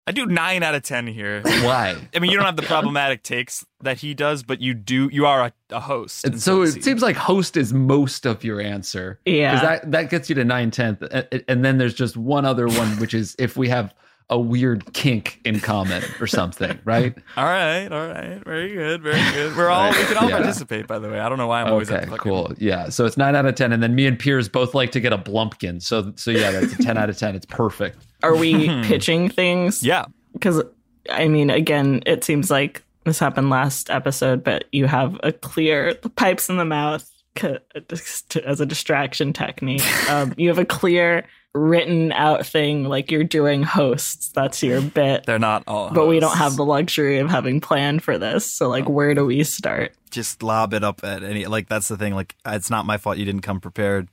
[SPEAKER 3] I do nine out of ten here.
[SPEAKER 6] Why?
[SPEAKER 3] I mean, you don't
[SPEAKER 5] *laughs*
[SPEAKER 3] have the problematic takes that he does, but you do. You are a, a host,
[SPEAKER 5] And
[SPEAKER 3] and
[SPEAKER 5] so
[SPEAKER 3] it
[SPEAKER 5] it seems like host is most of your answer.
[SPEAKER 2] Yeah.
[SPEAKER 5] Because that, that gets you to 9 tenth. And then there's just one other one, which is if we have a weird kink in common or something, right?
[SPEAKER 3] All right, all right, very good, very good. We're all we can all
[SPEAKER 5] Yeah.
[SPEAKER 3] participate. By the way, I don't know why I'm always at
[SPEAKER 5] Okay,
[SPEAKER 3] the Oh, fucking-
[SPEAKER 5] cool. Yeah. So it's nine out of 10. And then me and Piers both like to get a Blumpkin. So, so yeah, that's a *laughs* 10 out of 10. It's perfect.
[SPEAKER 2] Are
[SPEAKER 3] *laughs*
[SPEAKER 2] we
[SPEAKER 3] Hmm.
[SPEAKER 2] pitching things?
[SPEAKER 3] Yeah,
[SPEAKER 2] Because, I mean, again, it seems like this happened last episode, but you have a clear the pipes in the mouth ca- just as a distraction
[SPEAKER 3] *laughs*
[SPEAKER 2] technique. Um, you have a clear written out thing like you're doing hosts. That's your bit.
[SPEAKER 3] they're not all.
[SPEAKER 2] But we don't
[SPEAKER 3] hosts.
[SPEAKER 2] have the luxury of having planned for this. So,
[SPEAKER 3] Oh.
[SPEAKER 2] like, where do we start?
[SPEAKER 8] just lob it up at any like that's the thing like it's not my fault you didn't come prepared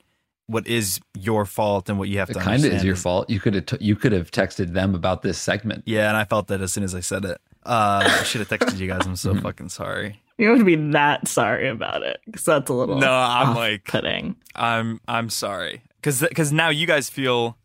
[SPEAKER 8] what is your fault and what you have
[SPEAKER 5] It
[SPEAKER 8] to
[SPEAKER 5] kind of
[SPEAKER 8] understand
[SPEAKER 5] is your fault. You could have t- you could have texted them about this segment.
[SPEAKER 8] yeah and i felt that as soon as i said it uh i should have texted you guys
[SPEAKER 5] *laughs*
[SPEAKER 8] i'm
[SPEAKER 5] Mm-hmm.
[SPEAKER 8] so fucking sorry
[SPEAKER 2] You don't have to be that sorry about it because that's a little
[SPEAKER 3] No, I'm like,
[SPEAKER 2] off-putting.
[SPEAKER 3] I'm I'm sorry, because because now you guys feel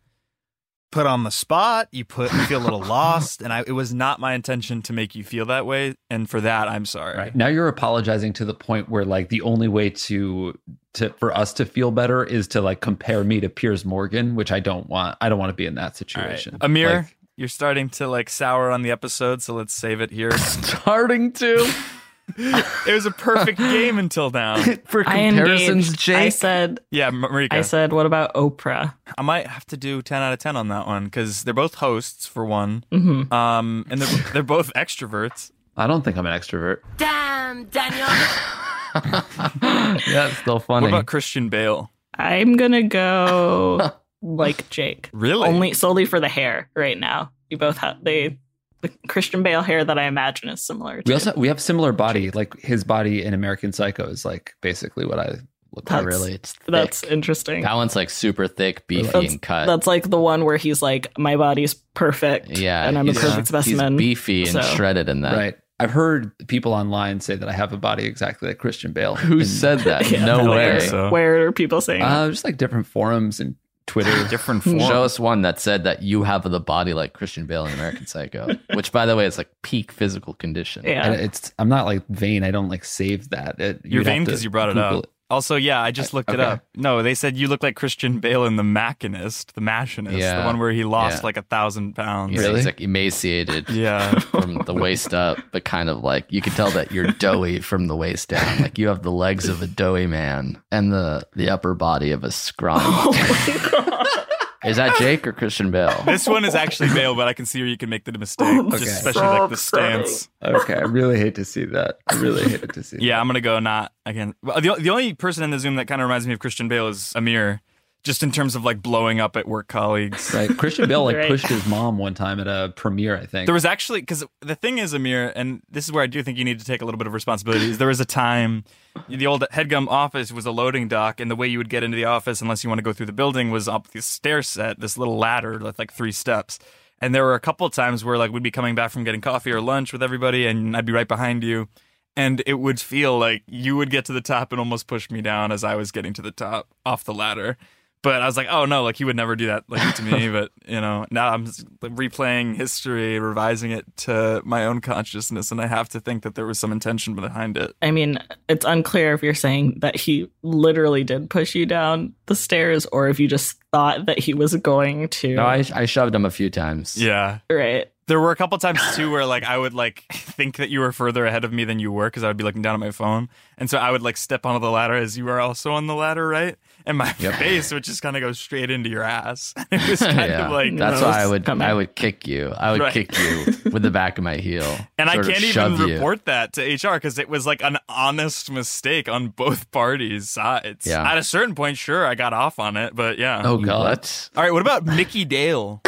[SPEAKER 8] put on the spot you put you feel
[SPEAKER 5] *laughs*
[SPEAKER 8] a little lost
[SPEAKER 3] and I, it was not my intention to make you feel that way, and for that I'm sorry.
[SPEAKER 5] Right. Now you're apologizing to the point where like the only way to to for us to feel better is to like compare me to Piers Morgan, which I don't want. I don't want to be in that
[SPEAKER 3] All right.
[SPEAKER 5] situation.
[SPEAKER 3] Amir,
[SPEAKER 5] Like,
[SPEAKER 3] you're starting to like sour on the episode, so let's save it here. *laughs*
[SPEAKER 5] *laughs*
[SPEAKER 6] Starting to
[SPEAKER 3] it was a perfect game until now.
[SPEAKER 6] for
[SPEAKER 2] I
[SPEAKER 6] comparisons,
[SPEAKER 2] engaged. I
[SPEAKER 6] Jake.
[SPEAKER 2] said,
[SPEAKER 3] Yeah, Ma- Marika.
[SPEAKER 2] I said, what about Oprah?
[SPEAKER 3] I might have to do 10 out of 10 on that one because they're both hosts for one.
[SPEAKER 2] hmm
[SPEAKER 3] Um, and they're, *laughs* they're both extroverts.
[SPEAKER 5] I don't think I'm an extrovert. *gasps*
[SPEAKER 9] Damn, Daniel.
[SPEAKER 6] yeah, it's still
[SPEAKER 3] What
[SPEAKER 6] funny.
[SPEAKER 3] about Christian Bale?
[SPEAKER 2] I'm
[SPEAKER 4] *laughs*
[SPEAKER 2] gonna go like Jake,
[SPEAKER 3] Really?
[SPEAKER 2] only solely for the hair right now. You both have they the Christian Bale hair that I imagine is similar. to.
[SPEAKER 5] We also we have similar body. Like his body in American Psycho is like basically what I look
[SPEAKER 2] That's-
[SPEAKER 5] like.
[SPEAKER 4] Really, it's thick.
[SPEAKER 2] that's interesting.
[SPEAKER 4] that one's like super thick, beefy,
[SPEAKER 2] That's-
[SPEAKER 4] and cut.
[SPEAKER 2] That's like the one where he's like, my body's perfect,
[SPEAKER 4] yeah,
[SPEAKER 2] and I'm a
[SPEAKER 4] he's-
[SPEAKER 2] perfect specimen.
[SPEAKER 4] *laughs* He's beefy and
[SPEAKER 2] so-
[SPEAKER 4] shredded in that.
[SPEAKER 5] Right. I've heard people online say that I have a body exactly like Christian Bale.
[SPEAKER 4] Who said that?
[SPEAKER 2] *laughs* *laughs* Yeah,
[SPEAKER 4] no
[SPEAKER 3] I
[SPEAKER 4] way.
[SPEAKER 3] think so.
[SPEAKER 2] Where are people saying? that?
[SPEAKER 5] Uh, just like different forums and
[SPEAKER 3] *laughs*
[SPEAKER 5] Twitter.
[SPEAKER 3] Different
[SPEAKER 2] Hmm.
[SPEAKER 3] form.
[SPEAKER 4] Show us one that said that you have the body like Christian Bale in American Psycho,
[SPEAKER 2] *laughs*
[SPEAKER 4] which, by the way, is like peak physical condition.
[SPEAKER 2] yeah,
[SPEAKER 5] And it's I'm not like vain. I don't like save that. It,
[SPEAKER 3] You're
[SPEAKER 5] you'd have
[SPEAKER 3] vain
[SPEAKER 5] to
[SPEAKER 3] 'cause you brought it
[SPEAKER 5] Google
[SPEAKER 3] up. Also, yeah, I just looked it
[SPEAKER 10] Okay.
[SPEAKER 3] up. No, they said you look like Christian Bale in The Machinist, The Machinist, the
[SPEAKER 6] Yeah.
[SPEAKER 3] one where he lost
[SPEAKER 6] Yeah.
[SPEAKER 3] like a thousand pounds.
[SPEAKER 6] He's, he's like emaciated
[SPEAKER 3] Yeah.
[SPEAKER 6] from the waist up, but kind of like you can tell
[SPEAKER 10] *laughs*
[SPEAKER 6] that you're doughy from the waist down. Like you have the legs of a doughy man and the the upper body of a scrawny.
[SPEAKER 10] Oh
[SPEAKER 6] *laughs* Is that Jake or Christian Bale?
[SPEAKER 3] This one is actually Bale, but I can see where you can make the mistake, just
[SPEAKER 5] Okay.
[SPEAKER 3] especially like the stance.
[SPEAKER 5] Okay, I really hate to see that. I really hated
[SPEAKER 3] *laughs*
[SPEAKER 5] to see.
[SPEAKER 3] Yeah, I'm gonna go not again. Well, The the only person in the Zoom that kind of reminds me of Christian Bale is Amir, just in terms of like blowing up at work colleagues.
[SPEAKER 5] that. Right, Christian Bale
[SPEAKER 2] *laughs*
[SPEAKER 5] like
[SPEAKER 2] Right.
[SPEAKER 5] pushed his mom one time at a premiere. I think
[SPEAKER 3] There was actually because the thing is, Amir, and this is where I do think you need to take a little bit of responsibility. Is there was a time the old headgum office was a loading dock, and the way you would get into the office, unless you want to go through the building, was up this stair set, this little ladder with like three steps. And there were a couple of times where like we'd be coming back from getting coffee or lunch with everybody, and I'd be right behind you, and it would feel like you would get to the top and almost push me down as I was getting to the top off the ladder. But I was like, oh no, like he would never do that like to *laughs* me. But you know, now I'm s- replaying history, revising it to my own consciousness, and I have to think that there was some intention behind it.
[SPEAKER 2] I mean, it's unclear if you're saying that he literally did push you down the stairs or if you just thought that he was going to.
[SPEAKER 6] No, I, I shoved him a few times.
[SPEAKER 3] Yeah,
[SPEAKER 2] right.
[SPEAKER 3] there were a couple times too where like I would like think that you were further ahead of me than you were because I would be looking down at my phone, and so I would like step onto the ladder as you were also on the ladder, right? And my face would just kind of go straight into your ass. *laughs* It
[SPEAKER 6] *laughs*
[SPEAKER 3] was kind
[SPEAKER 6] Yeah,
[SPEAKER 3] of like
[SPEAKER 6] that's why I would
[SPEAKER 2] Come
[SPEAKER 6] I
[SPEAKER 2] in.
[SPEAKER 6] would kick you. I would
[SPEAKER 3] Right.
[SPEAKER 6] kick you with the back of my heel,
[SPEAKER 3] *laughs* And I
[SPEAKER 6] sort of
[SPEAKER 3] can't even
[SPEAKER 6] shove you.
[SPEAKER 3] report that to HR because it was like an honest mistake on both *laughs* parties' sides.
[SPEAKER 6] Yeah.
[SPEAKER 3] At a certain point, sure, I got off on it, but yeah.
[SPEAKER 6] Oh god,
[SPEAKER 3] All right, what about Mickey *laughs* Dale?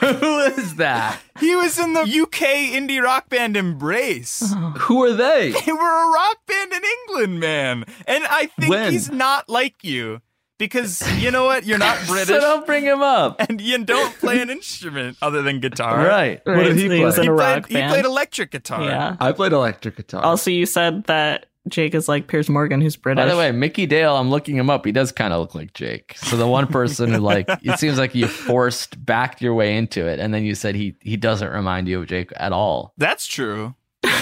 [SPEAKER 10] Who is that?
[SPEAKER 3] he was in the UK indie rock band Embrace.
[SPEAKER 2] Oh.
[SPEAKER 10] Who are
[SPEAKER 3] *laughs*
[SPEAKER 10] they?
[SPEAKER 3] they were a rock band in England, man. And I think
[SPEAKER 10] When?
[SPEAKER 3] he's not like you because you know what? You're *laughs* not
[SPEAKER 10] So
[SPEAKER 3] British
[SPEAKER 10] don't bring him up.
[SPEAKER 3] and you don't play an instrument other than guitar.
[SPEAKER 10] All right.
[SPEAKER 2] Right, so he was in
[SPEAKER 3] He
[SPEAKER 2] a
[SPEAKER 3] played,
[SPEAKER 2] rock
[SPEAKER 3] he
[SPEAKER 2] band.
[SPEAKER 3] played electric guitar.
[SPEAKER 2] yeah.
[SPEAKER 5] I played electric guitar.
[SPEAKER 2] Also, you said that Jake is like Piers Morgan, who's British.
[SPEAKER 6] By the way, Mickey Dale, I'm looking him up. He does kind of look like Jake. So the one person who like it seems like you forced backed your way into it, and then you said he he doesn't remind you of Jake at all.
[SPEAKER 3] That's true.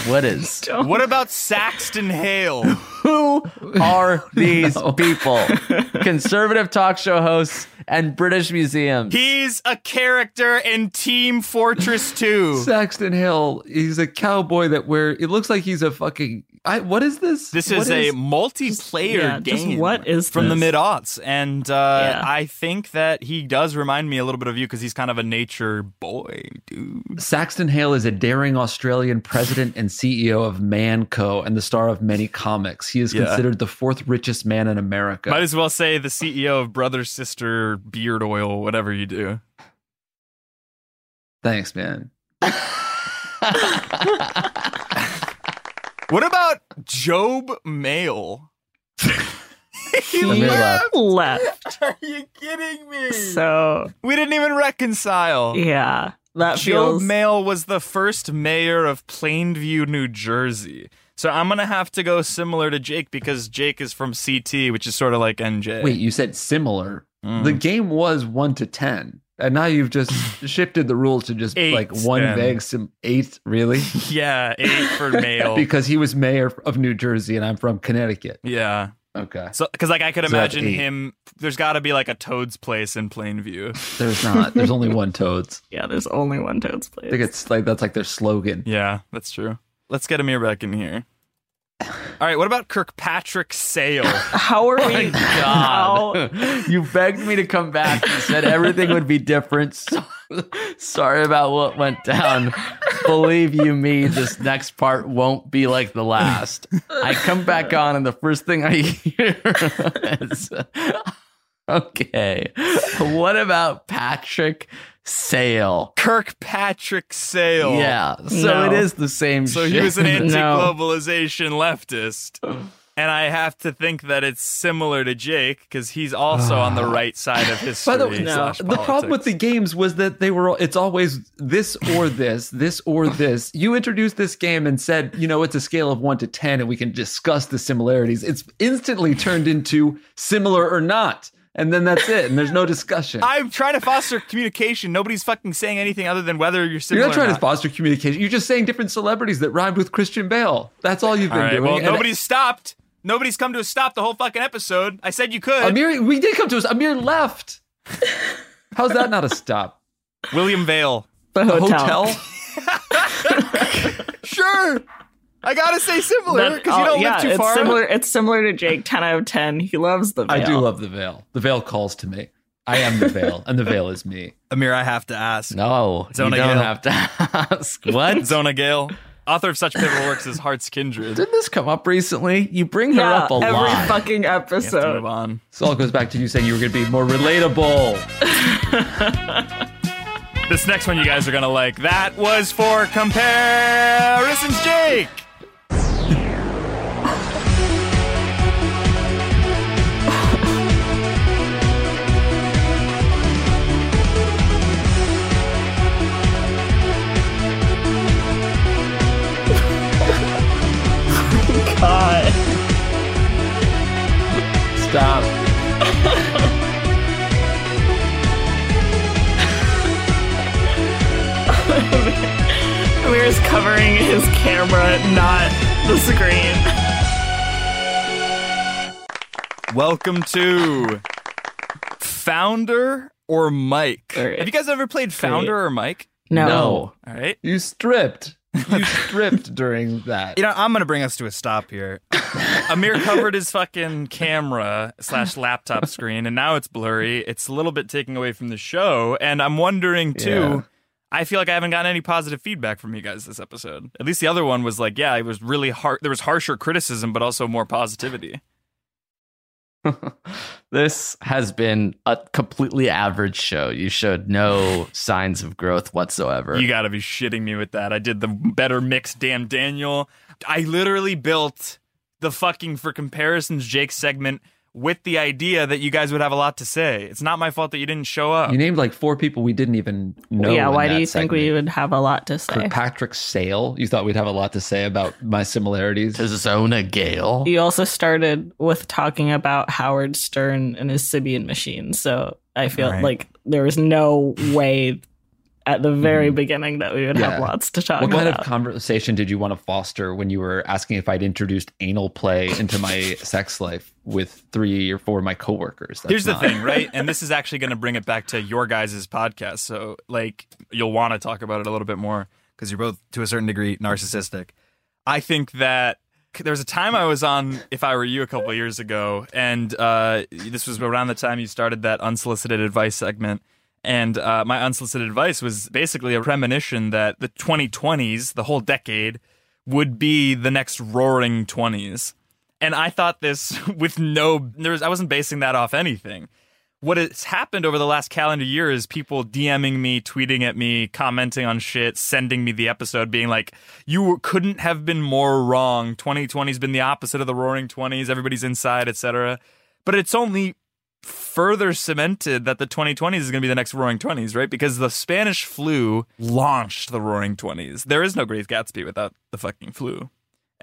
[SPEAKER 6] What is?
[SPEAKER 3] What about Saxton
[SPEAKER 2] *laughs*
[SPEAKER 3] Hale?
[SPEAKER 6] who are these people? Conservative talk show hosts and British museums.
[SPEAKER 3] He's a character in Team Fortress 2.
[SPEAKER 5] Saxton Hill, he's a cowboy that where it looks like he's a fucking. I what is this?
[SPEAKER 3] This
[SPEAKER 5] What
[SPEAKER 3] is a multiplayer
[SPEAKER 2] yeah, just
[SPEAKER 3] game.
[SPEAKER 2] what is
[SPEAKER 3] from the
[SPEAKER 2] this?
[SPEAKER 3] mid aughts? And uh,
[SPEAKER 2] Yeah.
[SPEAKER 3] I think that he does remind me a little bit of you because he's kind of a nature boy, dude.
[SPEAKER 5] Saxton Hale is a daring Australian president and CEO of Manco and the star of many comics. He is
[SPEAKER 3] Yeah.
[SPEAKER 5] considered the fourth richest man in America.
[SPEAKER 3] Might as well say the CEO of Brother Sister Beard Oil, whatever you do.
[SPEAKER 5] Thanks, man.
[SPEAKER 3] What about Job
[SPEAKER 2] *laughs*
[SPEAKER 3] Mail? *laughs* he
[SPEAKER 6] Amir
[SPEAKER 3] left.
[SPEAKER 6] left.
[SPEAKER 2] left.
[SPEAKER 3] Are you kidding me?
[SPEAKER 2] So,
[SPEAKER 3] we didn't even reconcile.
[SPEAKER 2] yeah. That
[SPEAKER 3] Joe
[SPEAKER 2] feels.
[SPEAKER 3] Mail was the first mayor of Plainview, New Jersey. So I'm gonna have to go similar to Jake because Jake is from CT, which is sort of like NJ.
[SPEAKER 5] Wait, you said similar.
[SPEAKER 3] Mm.
[SPEAKER 5] The game was one to ten, and now
[SPEAKER 3] *laughs*
[SPEAKER 5] you've just shifted the rules to just
[SPEAKER 3] Eight,
[SPEAKER 5] like one
[SPEAKER 3] then.
[SPEAKER 5] vague sim eight, really?
[SPEAKER 3] yeah, eight
[SPEAKER 5] *laughs*
[SPEAKER 3] for Mail.
[SPEAKER 5] because he was mayor of New Jersey, and I'm from Connecticut.
[SPEAKER 3] yeah,
[SPEAKER 5] Okay,
[SPEAKER 3] so because like I could
[SPEAKER 5] So that's
[SPEAKER 3] imagine
[SPEAKER 5] eight.
[SPEAKER 3] him. There's got to be like a Toad's place in Plainview.
[SPEAKER 5] there's not. There's only
[SPEAKER 3] *laughs*
[SPEAKER 5] one Toads.
[SPEAKER 2] yeah, there's only one Toad's
[SPEAKER 5] I
[SPEAKER 2] place.
[SPEAKER 5] think it's like that's like their slogan.
[SPEAKER 3] Yeah, that's true. Let's get Amir back in here. All right, what about Kirkpatrick
[SPEAKER 5] *laughs*
[SPEAKER 2] *laughs*
[SPEAKER 3] Sale?
[SPEAKER 2] How are we? How?
[SPEAKER 6] God. *laughs* you begged me to come back. You said everything would be different. *laughs* So, sorry about what went down. Believe you me, this next part won't be like the last. I come back on, and the first thing I hear *laughs* is okay, what about Patrick Sale?
[SPEAKER 3] Kirkpatrick Sale.
[SPEAKER 6] Yeah, so
[SPEAKER 2] No.
[SPEAKER 6] it is the same
[SPEAKER 3] So
[SPEAKER 6] shit.
[SPEAKER 3] he was
[SPEAKER 2] *laughs*
[SPEAKER 3] an
[SPEAKER 2] No.
[SPEAKER 3] anti-globalization leftist. And I have to think that it's similar to Jake because he's also on
[SPEAKER 2] Ah.
[SPEAKER 3] the right side of history.
[SPEAKER 5] By the way,
[SPEAKER 3] slash
[SPEAKER 5] the problem with
[SPEAKER 3] politics.
[SPEAKER 5] the games was that they were all, it's always this or this, this or this. You introduced this game and said, you know, it's a scale of one to 10 and we can discuss the similarities. It's instantly turned into similar or not. And then that's it. And there's
[SPEAKER 3] *laughs*
[SPEAKER 5] no discussion.
[SPEAKER 3] I'm trying to foster communication. Nobody's fucking saying anything other than whether you're
[SPEAKER 5] You're
[SPEAKER 3] similar.
[SPEAKER 5] not trying
[SPEAKER 3] or
[SPEAKER 5] to foster communication. You're just saying different celebrities that rhymed with Christian Bale. That's all you've
[SPEAKER 3] All
[SPEAKER 5] been
[SPEAKER 3] right.
[SPEAKER 5] doing.
[SPEAKER 3] Well,
[SPEAKER 5] And
[SPEAKER 3] nobody's stopped. Nobody's come to a stop the whole fucking episode. I said you could.
[SPEAKER 6] Amir, we did come to us. Amir left.
[SPEAKER 5] How's that not a
[SPEAKER 2] *laughs*
[SPEAKER 5] stop?
[SPEAKER 3] William Vale.
[SPEAKER 2] The
[SPEAKER 6] The
[SPEAKER 2] hotel.
[SPEAKER 6] hotel.
[SPEAKER 3] Sure. I gotta say similar
[SPEAKER 2] That-
[SPEAKER 3] because you
[SPEAKER 2] oh,
[SPEAKER 3] don't
[SPEAKER 2] yeah,
[SPEAKER 3] live too
[SPEAKER 2] it's
[SPEAKER 3] far.
[SPEAKER 2] Similar, it's similar to Jake, 10 out of 10. He loves the veil.
[SPEAKER 5] I do love the veil. The veil calls to me. I am the veil, and the veil
[SPEAKER 6] *laughs*
[SPEAKER 5] is me.
[SPEAKER 3] Amir, I have to ask.
[SPEAKER 6] No,
[SPEAKER 3] Zona
[SPEAKER 6] you don't
[SPEAKER 3] Gale.
[SPEAKER 6] have to ask.
[SPEAKER 3] *laughs*
[SPEAKER 6] What?
[SPEAKER 3] Zona Gale, author of such pivotal works as Heart's Kindred.
[SPEAKER 6] Didn't this come up recently? You bring her
[SPEAKER 2] yeah,
[SPEAKER 6] up a
[SPEAKER 2] every
[SPEAKER 6] lot.
[SPEAKER 2] fucking
[SPEAKER 3] We have to move
[SPEAKER 2] episode.
[SPEAKER 3] on.
[SPEAKER 5] This all goes back to you saying you were going to be more relatable.
[SPEAKER 3] This next one you guys are gonna like. That was for comparisons, Jake.
[SPEAKER 2] Uh,
[SPEAKER 6] Stop.
[SPEAKER 2] We're just covering his camera, not the screen.
[SPEAKER 3] Welcome to Founder or Mike.
[SPEAKER 2] All right.
[SPEAKER 3] Have you guys ever played Founder or Mike?
[SPEAKER 2] No.
[SPEAKER 6] No.
[SPEAKER 3] All right.
[SPEAKER 5] You stripped.
[SPEAKER 2] *laughs*
[SPEAKER 5] You stripped during that.
[SPEAKER 8] You know, I'm gonna bring us to a stop here.
[SPEAKER 3] Amir covered his fucking camera slash laptop screen, and now it's blurry. It's a little bit taking away from the show, and I'm wondering too.
[SPEAKER 5] Yeah.
[SPEAKER 3] I feel like I haven't gotten any positive feedback from you guys this episode. At least the other one was like, yeah, it was really hard. There was harsher criticism, but also more positivity.
[SPEAKER 6] This has been a completely average show. You showed no *laughs* signs of growth whatsoever.
[SPEAKER 3] You gotta be shitting me with that. I did the better mix, damn Daniel. I literally built the fucking for comparisons Jake segment with the idea that you guys would have a lot to say. It's not my fault that you didn't show up.
[SPEAKER 5] You named like four people we didn't even know.
[SPEAKER 2] yeah,
[SPEAKER 5] in
[SPEAKER 2] why do
[SPEAKER 5] that
[SPEAKER 2] you think we
[SPEAKER 5] segment.
[SPEAKER 2] would have a lot to say?
[SPEAKER 5] Kirkpatrick Sale? You thought we'd have a lot to say about my similarities?
[SPEAKER 6] to Zona Gale.
[SPEAKER 2] You also started with talking about Howard Stern and his Sibian machine. So I feel
[SPEAKER 8] All right.
[SPEAKER 2] like there was no way at the very beginning that we would
[SPEAKER 5] Mm. Yeah.
[SPEAKER 2] have lots to talk
[SPEAKER 5] What kind
[SPEAKER 2] about.
[SPEAKER 5] of conversation did you want to foster when you were asking if I'd introduced anal play into my sex life with three or four of my coworkers? That's
[SPEAKER 3] Here's the
[SPEAKER 5] not-
[SPEAKER 3] thing,
[SPEAKER 5] *laughs*
[SPEAKER 3] right? And this is actually going to bring it back to your guys' podcast. So, like, you'll want to talk about it a little bit more.
[SPEAKER 8] Because you're both to a certain degree narcissistic.
[SPEAKER 3] I think that there was a time I was on If I Were You a couple of years ago, and uh, this was around the time you started that unsolicited advice segment. And uh, my unsolicited advice was basically a premonition that the 2020s, the whole decade, would be the next roaring 20s. And I thought this *laughs* with no, there was, I wasn't basing that off anything what has happened over the last calendar year is people DMing me, tweeting at me, commenting on shit, sending me the episode, being like, "You were- couldn't have been more wrong. 2020's been the opposite of the Roaring Twenties. Everybody's inside, etc." But it's only further cemented that the 2020s is going to be the next Roaring Twenties, right? Because the Spanish flu launched the Roaring Twenties. There is no Great Gatsby without the fucking flu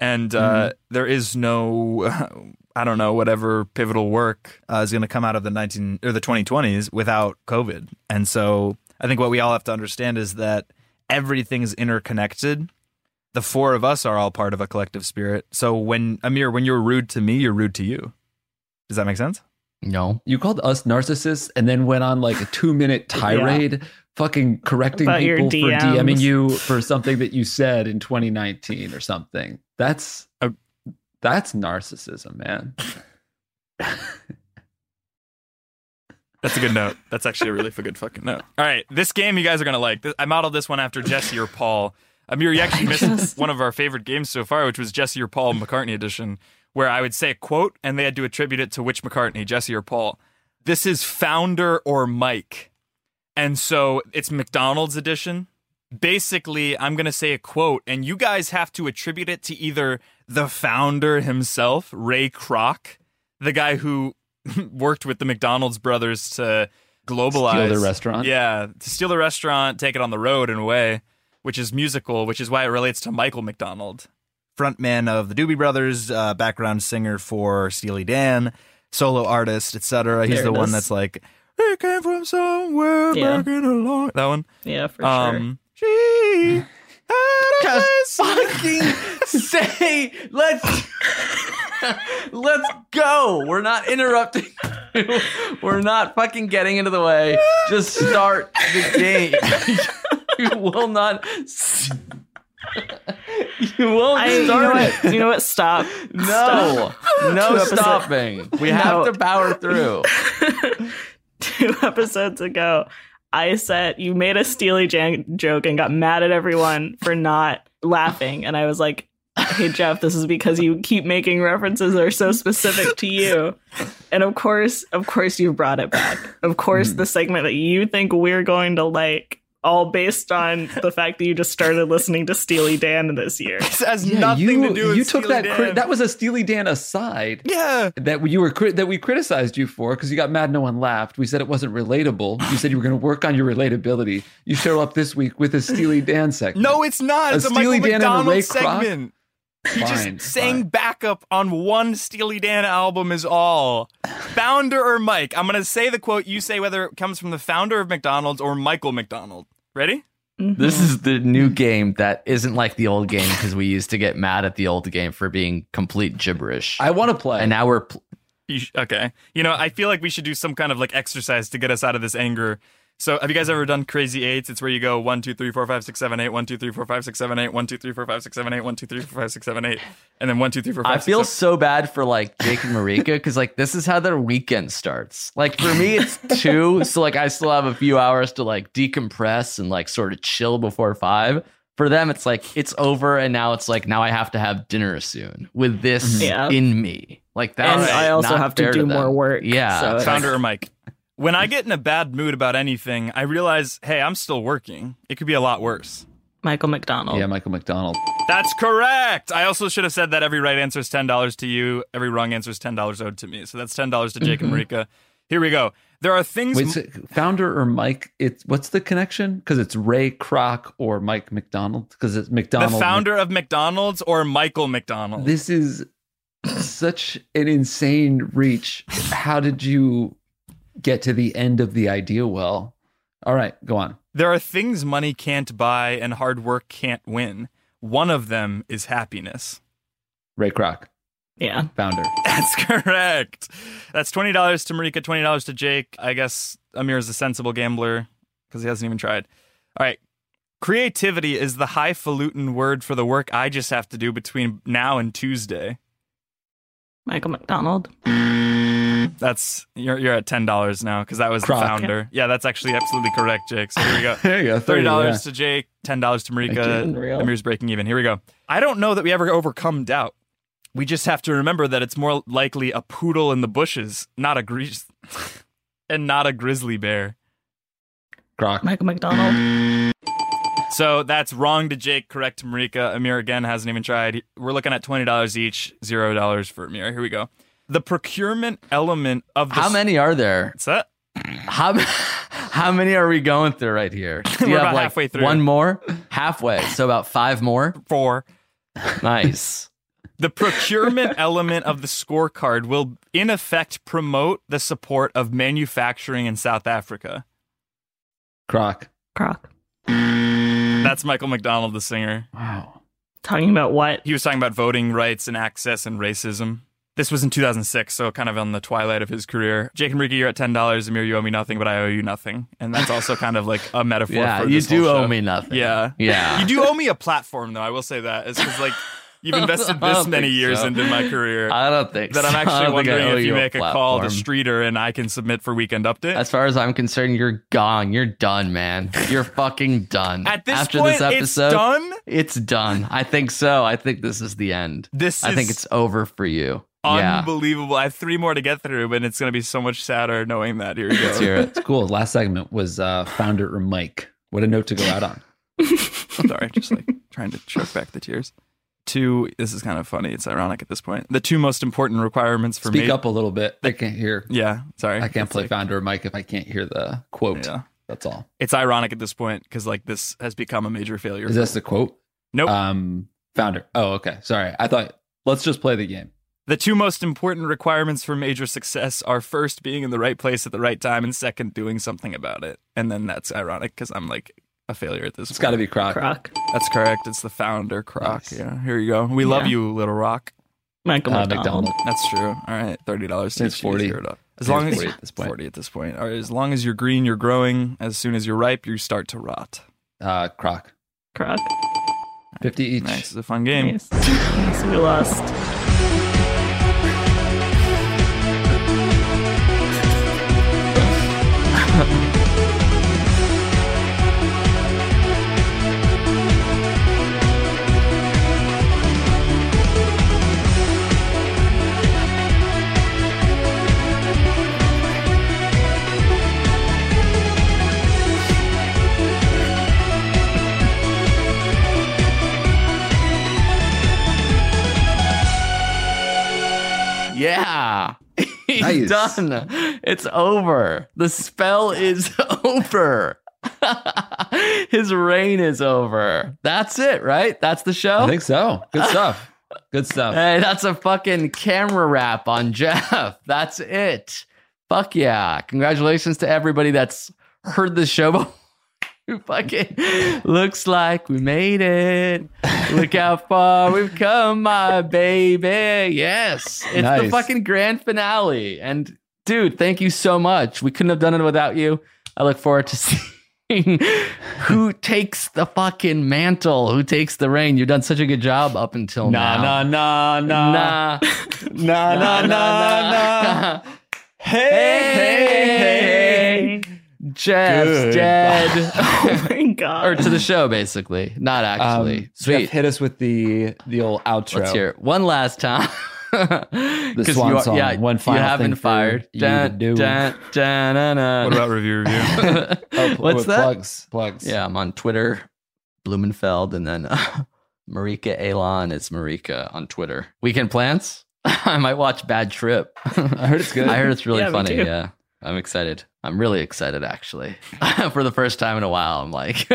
[SPEAKER 3] and uh, there is
[SPEAKER 8] *laughs*
[SPEAKER 3] no i don't know whatever pivotal work
[SPEAKER 8] uh, is going to come out of the 19 or the 2020s without COVID. And so I think what we all have to understand is that everything's interconnected. The four of us are all part of a collective spirit. So when Amir, when you're rude to me, you're rude to you. Does that make sense?
[SPEAKER 6] no.
[SPEAKER 5] You called us narcissists and then went on like a two minute tirade, fucking correcting
[SPEAKER 2] About your
[SPEAKER 5] people for
[SPEAKER 2] DMs.
[SPEAKER 5] DMing you for something that you said in 2019 or something. That's
[SPEAKER 3] Oh.
[SPEAKER 5] that's narcissism, man.
[SPEAKER 3] that's a good note that's actually a really f- good fucking note all right this game you guys are gonna like Th- i modeled this one after jesse or paul amir you actually missed one of our favorite games so far which was jesse or paul mccartney edition where i would say a quote and they had to attribute it to which mccartney jesse or paul this is founder or mike and so it's mcdonald's edition basically i'm going to say a quote and you guys have to attribute it to either the founder himself ray kroc the guy who *laughs* worked with the mcdonald's brothers to globalize
[SPEAKER 5] Steal their restaurant?
[SPEAKER 3] yeah to steal the restaurant take it on the road in a way which is musical which is why it relates to michael mcdonald
[SPEAKER 8] Frontman of the Doobie Brothers, uh, background singer for Steely Dan, solo artist, etc. He's
[SPEAKER 2] There
[SPEAKER 8] the
[SPEAKER 2] it
[SPEAKER 8] one
[SPEAKER 2] is.
[SPEAKER 8] that's like, "He came from somewhere
[SPEAKER 2] Yeah.
[SPEAKER 8] back in a long." That one.
[SPEAKER 2] yeah, for sure.
[SPEAKER 3] um
[SPEAKER 8] She had a
[SPEAKER 6] Just
[SPEAKER 8] place-
[SPEAKER 6] fucking say, let's Let's go. We're not interrupting. you. We're not fucking getting into the way. Just start the game. *laughs* you will not. s- you won't
[SPEAKER 2] I, you know
[SPEAKER 6] start it.
[SPEAKER 2] what? You know what? Stop.
[SPEAKER 6] No, no
[SPEAKER 2] episodes-
[SPEAKER 6] stopping. We have
[SPEAKER 2] No.
[SPEAKER 6] to power through.
[SPEAKER 2] *laughs* two episodes ago, I said you made a Steely Jan joke and got mad at everyone for not laughing. And I was like, hey, Jeff, this is because you keep making references that are so specific to you. And of course, of course, you brought it back. Of course, the segment that you think we're going to like. All based on the fact that you just started listening to Steely Dan this year.
[SPEAKER 8] This has
[SPEAKER 5] Yeah,
[SPEAKER 8] nothing
[SPEAKER 5] you,
[SPEAKER 8] to do with
[SPEAKER 5] you took
[SPEAKER 8] Steely
[SPEAKER 5] that. Cri-
[SPEAKER 8] Dan.
[SPEAKER 5] that was a Steely Dan aside.
[SPEAKER 8] yeah.
[SPEAKER 5] that you were cri- that we criticized you for because you got mad no one laughed we said it wasn't relatable you said you were going to work on your relatability you show up this week with a steely dan segment
[SPEAKER 8] No, it's not.
[SPEAKER 5] A
[SPEAKER 8] It's a
[SPEAKER 5] Steely
[SPEAKER 8] Michael
[SPEAKER 5] Dan and a Ray
[SPEAKER 8] McDonald
[SPEAKER 5] Kroc?
[SPEAKER 8] segment. He
[SPEAKER 5] Fine,
[SPEAKER 8] just sang
[SPEAKER 5] fine.
[SPEAKER 8] backup on one Steely Dan album is all. Founder or Mike? I'm gonna say the quote. You say whether it comes from the founder of McDonald's or Michael McDonald. Ready?
[SPEAKER 6] *laughs* This is the new game that isn't like the old game because we used to get mad at the old game for being complete gibberish.
[SPEAKER 5] i want to play
[SPEAKER 6] and now we're pl-
[SPEAKER 8] You sh- okay. You know, I feel like we should do some kind of like exercise to get us out of this anger. So, have you guys ever done crazy eights? It's where you go one, two, three, four, five, six, seven, eight, one, two, three, four, five, six, seven, eight, one, two, three, four, five, six, seven, eight, one, two, three, four, five, six, seven, eight, and then one, two, three, four,
[SPEAKER 6] I
[SPEAKER 8] five, six,
[SPEAKER 6] feel
[SPEAKER 8] seven-
[SPEAKER 6] so bad for like Jake and Marika because like this is how their weekend starts. Like for me, *laughs* it's two, so like I still have a few hours to like decompress and like sort of chill before five. For them, it's like it's over, and now it's like now I have to have dinner soon with this
[SPEAKER 2] Yeah.
[SPEAKER 6] in me. Like that,
[SPEAKER 2] And I also have to do more work,
[SPEAKER 6] Yeah,
[SPEAKER 2] so-
[SPEAKER 8] founder or Mike. When I get in a bad mood about anything, I realize, hey, I'm still working. It could be a lot worse.
[SPEAKER 2] Michael McDonald.
[SPEAKER 5] yeah michael mcdonald
[SPEAKER 8] That's correct. I also should have said that every right answer is ten dollars to you, every wrong answer is ten dollars owed to me. So that's ten dollars to Jake and Marika. Here we go. There are things.
[SPEAKER 5] wait so founder or mike it's what's the connection because it's ray kroc or mike mcdonald because it's
[SPEAKER 8] the
[SPEAKER 5] mcdonald
[SPEAKER 8] founder of McDonald's or Michael McDonald.
[SPEAKER 5] this is such an insane reach how did you get to the end of the idea well all right go on
[SPEAKER 8] There are things money can't buy and hard work can't win. One of them is happiness. *laughs*
[SPEAKER 5] ray kroc
[SPEAKER 2] Yeah.
[SPEAKER 5] founder
[SPEAKER 8] That's correct. That's twenty dollars to Marika, twenty dollars to Jake. I guess Amir is a sensible gambler because he hasn't even tried. All right. Creativity is the highfalutin word for the work I just have to do between now and Tuesday.
[SPEAKER 2] Michael McDonald.
[SPEAKER 8] That's you're you're at ten dollars now because that was
[SPEAKER 5] Croc.
[SPEAKER 8] the founder. Yeah, that's actually absolutely correct, Jake. So here we go.
[SPEAKER 5] there you go
[SPEAKER 8] Thirty dollars
[SPEAKER 5] yeah.
[SPEAKER 8] to Jake, ten dollars to
[SPEAKER 5] Thank
[SPEAKER 2] you.
[SPEAKER 8] Marika.
[SPEAKER 2] Unreal.
[SPEAKER 8] Amir's breaking even. Here we go. I don't know that we ever overcome doubt. We just have to remember that it's more likely a poodle in the bushes, not a grease, *laughs* and not a grizzly bear.
[SPEAKER 5] kroc
[SPEAKER 2] Michael McDonald.
[SPEAKER 8] So that's wrong to Jake, correct to Marika. Amir again hasn't even tried. We're looking at twenty dollars each, zero dollars for Amir. Here we go. The procurement element of the
[SPEAKER 6] How many are there?
[SPEAKER 8] What's that?
[SPEAKER 6] How *laughs* how many are we going through right
[SPEAKER 8] *laughs*
[SPEAKER 6] here? Do
[SPEAKER 8] We're about halfway through.
[SPEAKER 6] One more, halfway. So about five more.
[SPEAKER 8] Four. *laughs*
[SPEAKER 6] Nice.
[SPEAKER 8] The procurement *laughs* element of the scorecard will, in effect, promote the support of manufacturing in South Africa.
[SPEAKER 5] kroc
[SPEAKER 2] Croc.
[SPEAKER 8] That's Michael McDonald, the singer.
[SPEAKER 5] Wow.
[SPEAKER 2] Talking about what?
[SPEAKER 8] He was talking about voting rights and access and racism. This was in 2006, so kind of on the twilight of his career. Jake and Ricky, you're at $10. Amir, you owe me nothing, but I owe you nothing. And that's also kind of like a metaphor
[SPEAKER 6] yeah,
[SPEAKER 8] for
[SPEAKER 6] you
[SPEAKER 8] this
[SPEAKER 6] do
[SPEAKER 8] whole
[SPEAKER 6] owe
[SPEAKER 8] show.
[SPEAKER 6] me nothing.
[SPEAKER 8] Yeah.
[SPEAKER 6] Yeah.
[SPEAKER 8] You do owe me a platform, though, I will say that. It's because, like,
[SPEAKER 6] *laughs*
[SPEAKER 8] you've invested
[SPEAKER 6] I
[SPEAKER 8] this
[SPEAKER 6] don't
[SPEAKER 8] many
[SPEAKER 6] think
[SPEAKER 8] years
[SPEAKER 6] so.
[SPEAKER 8] into my career.
[SPEAKER 6] I don't think
[SPEAKER 8] that I'm
[SPEAKER 6] so. *laughs* I don't
[SPEAKER 8] actually
[SPEAKER 6] think
[SPEAKER 8] wondering
[SPEAKER 6] I owe
[SPEAKER 8] if you
[SPEAKER 6] a
[SPEAKER 8] make a, call to
[SPEAKER 6] platform.
[SPEAKER 8] Streeter and I can submit for Weekend Update.
[SPEAKER 6] As far as I'm concerned, you're gone. You're done, man. You're fucking done.
[SPEAKER 8] At this
[SPEAKER 6] After
[SPEAKER 8] point,
[SPEAKER 6] this episode,
[SPEAKER 8] it's done.
[SPEAKER 6] It's done. I think so. I think this is the end.
[SPEAKER 8] This
[SPEAKER 6] I
[SPEAKER 8] is
[SPEAKER 6] think it's over for you. Yeah.
[SPEAKER 8] unbelievable. I have three more to get through, but it's going to be so much sadder knowing that. Here we
[SPEAKER 6] Let's
[SPEAKER 8] go.
[SPEAKER 6] hear it.
[SPEAKER 5] It's cool. Last segment was uh, founder or Mike. What a note to go out on.
[SPEAKER 8] *laughs* Sorry, just like trying to choke back the tears. Two. This is kind of funny. It's ironic at this point. The two most important requirements for
[SPEAKER 5] Speak
[SPEAKER 8] ma-
[SPEAKER 5] up a little bit. I can't hear.
[SPEAKER 8] Yeah, sorry.
[SPEAKER 5] I can't
[SPEAKER 8] It's
[SPEAKER 5] play
[SPEAKER 8] like-
[SPEAKER 5] founder or Mike if I can't hear the quote.
[SPEAKER 8] Yeah.
[SPEAKER 5] That's all.
[SPEAKER 8] It's ironic at this point because like this has become a major failure.
[SPEAKER 5] Is this the quote?
[SPEAKER 8] Nope.
[SPEAKER 5] Um, founder. Oh, okay. Sorry. I thought let's just play the game.
[SPEAKER 8] The two most important requirements for major success are first being in the right place at the right time, and second doing something about it. And then that's ironic because I'm like a failure at this.
[SPEAKER 5] It's got to be Croc.
[SPEAKER 2] Croc.
[SPEAKER 8] That's correct. It's the founder, Croc.
[SPEAKER 5] Nice.
[SPEAKER 8] Yeah, here you go. We love
[SPEAKER 2] Yeah.
[SPEAKER 8] you, Little Rock.
[SPEAKER 2] Michael
[SPEAKER 5] Uh,
[SPEAKER 2] McDonald.
[SPEAKER 5] McDonald.
[SPEAKER 8] That's true. All right, thirty dollars.
[SPEAKER 5] It's 40.
[SPEAKER 8] As long
[SPEAKER 5] It's
[SPEAKER 8] as
[SPEAKER 5] 40 at this point.
[SPEAKER 8] Forty at this point. All right, as long as you're green, you're growing. As soon as you're ripe, you start to rot.
[SPEAKER 5] Uh, Croc.
[SPEAKER 2] Croc.
[SPEAKER 5] 50 each.
[SPEAKER 8] Nice. It's a fun game.
[SPEAKER 2] Nice. Nice, we lost.
[SPEAKER 6] *laughs* Yeah. *laughs* He's
[SPEAKER 5] Nice.
[SPEAKER 6] done. It's over. The spell is *laughs* over. *laughs* His reign is over. That's it, right? That's the show?
[SPEAKER 5] I think so. Good stuff. Good
[SPEAKER 6] *laughs*
[SPEAKER 5] stuff.
[SPEAKER 6] Hey, that's a fucking camera wrap on *laughs* Jeff. That's it. Fuck yeah. Congratulations to everybody that's heard the show. *laughs* Who fucking looks like we made it. Look how
[SPEAKER 5] *laughs*
[SPEAKER 6] far we've come, my baby. Yes. It's the
[SPEAKER 5] Nice.
[SPEAKER 6] fucking grand finale. And dude, thank you so much. We couldn't have done it without you. I look forward to *laughs* seeing who takes the fucking mantle, who takes the reign. You've done such a good job up until
[SPEAKER 5] Uh,
[SPEAKER 6] now. Nah.
[SPEAKER 5] nah,
[SPEAKER 6] *laughs*
[SPEAKER 5] nah,
[SPEAKER 6] Nah, nah, nah. Hey, hey, hey. Jeff's
[SPEAKER 5] Good.
[SPEAKER 6] dead.
[SPEAKER 5] *laughs*
[SPEAKER 2] Oh my god.
[SPEAKER 6] or to the show, basically. Not actually.
[SPEAKER 5] Um,
[SPEAKER 6] Sweet.
[SPEAKER 5] Jeff hit us with the the old outro.
[SPEAKER 6] Let's hear it one last time. *laughs*
[SPEAKER 5] The
[SPEAKER 6] 'Cause
[SPEAKER 5] swan
[SPEAKER 6] you are-
[SPEAKER 5] song.
[SPEAKER 6] Yeah,
[SPEAKER 5] One
[SPEAKER 6] you
[SPEAKER 5] final
[SPEAKER 6] have
[SPEAKER 5] thing
[SPEAKER 6] been
[SPEAKER 5] for
[SPEAKER 6] fired.
[SPEAKER 5] you to
[SPEAKER 6] Dun,
[SPEAKER 5] do.
[SPEAKER 6] dun, dun, dun, dun.
[SPEAKER 8] What about review
[SPEAKER 5] *laughs*
[SPEAKER 8] review?
[SPEAKER 5] Oh, pl-
[SPEAKER 6] *laughs* What's
[SPEAKER 5] with
[SPEAKER 6] that?
[SPEAKER 5] Plugs. Plugs.
[SPEAKER 6] Yeah, I'm on Twitter, Blumenfeld, and then *laughs* uh, Marika Elon is Marika on Twitter. Weekend plans? *laughs* I might watch Bad Trip.
[SPEAKER 5] I
[SPEAKER 6] *laughs*
[SPEAKER 5] heard it's good.
[SPEAKER 6] I heard it's really
[SPEAKER 2] Yeah, me
[SPEAKER 6] funny.
[SPEAKER 2] too.
[SPEAKER 6] Yeah. I'm excited. I'm really excited actually. *laughs* For the first time in a while, I'm like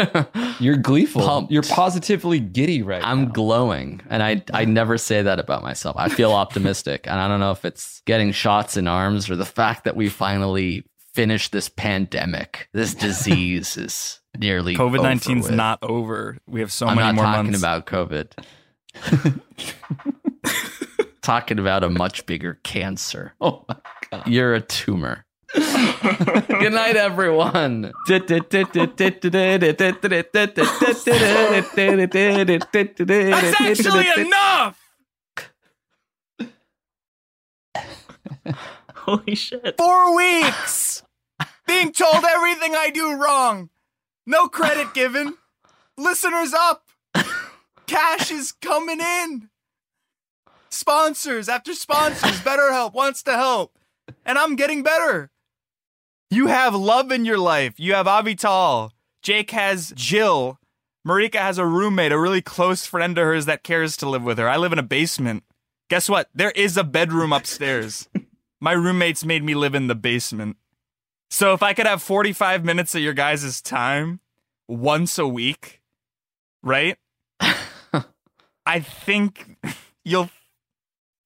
[SPEAKER 6] *laughs*
[SPEAKER 5] You're gleeful.
[SPEAKER 6] Pumped.
[SPEAKER 5] You're positively giddy right
[SPEAKER 6] I'm
[SPEAKER 5] now.
[SPEAKER 6] glowing. And I I never say that about myself. I feel optimistic. And I don't know if it's getting shots in arms or the fact that we finally finished this pandemic. This disease is nearly over
[SPEAKER 8] COVID 19's
[SPEAKER 6] with.
[SPEAKER 8] not over. We have so
[SPEAKER 6] I'm
[SPEAKER 8] many
[SPEAKER 6] not
[SPEAKER 8] more
[SPEAKER 6] talking
[SPEAKER 8] months.
[SPEAKER 6] about COVID. *laughs* talking about a much bigger cancer. *laughs*
[SPEAKER 5] Oh my
[SPEAKER 6] You're a
[SPEAKER 5] *laughs*
[SPEAKER 6] tumor. Good night, everyone. That's
[SPEAKER 8] enough.
[SPEAKER 2] Holy shit.
[SPEAKER 8] *laughs* Four weeks. Being told everything I do wrong. No credit given. Listeners up. Cash is coming in. Sponsors after sponsors. BetterHelp wants to help. And I'm getting better. You have love in your life. You have Avital. Jake has Jill. Marika has a roommate, a really close friend to hers that cares to live with her. I live in a basement. Guess what? There is a bedroom upstairs. My roommates made me live in the basement. So if I could have 45 minutes of your guys' time once a week, right? I think you'll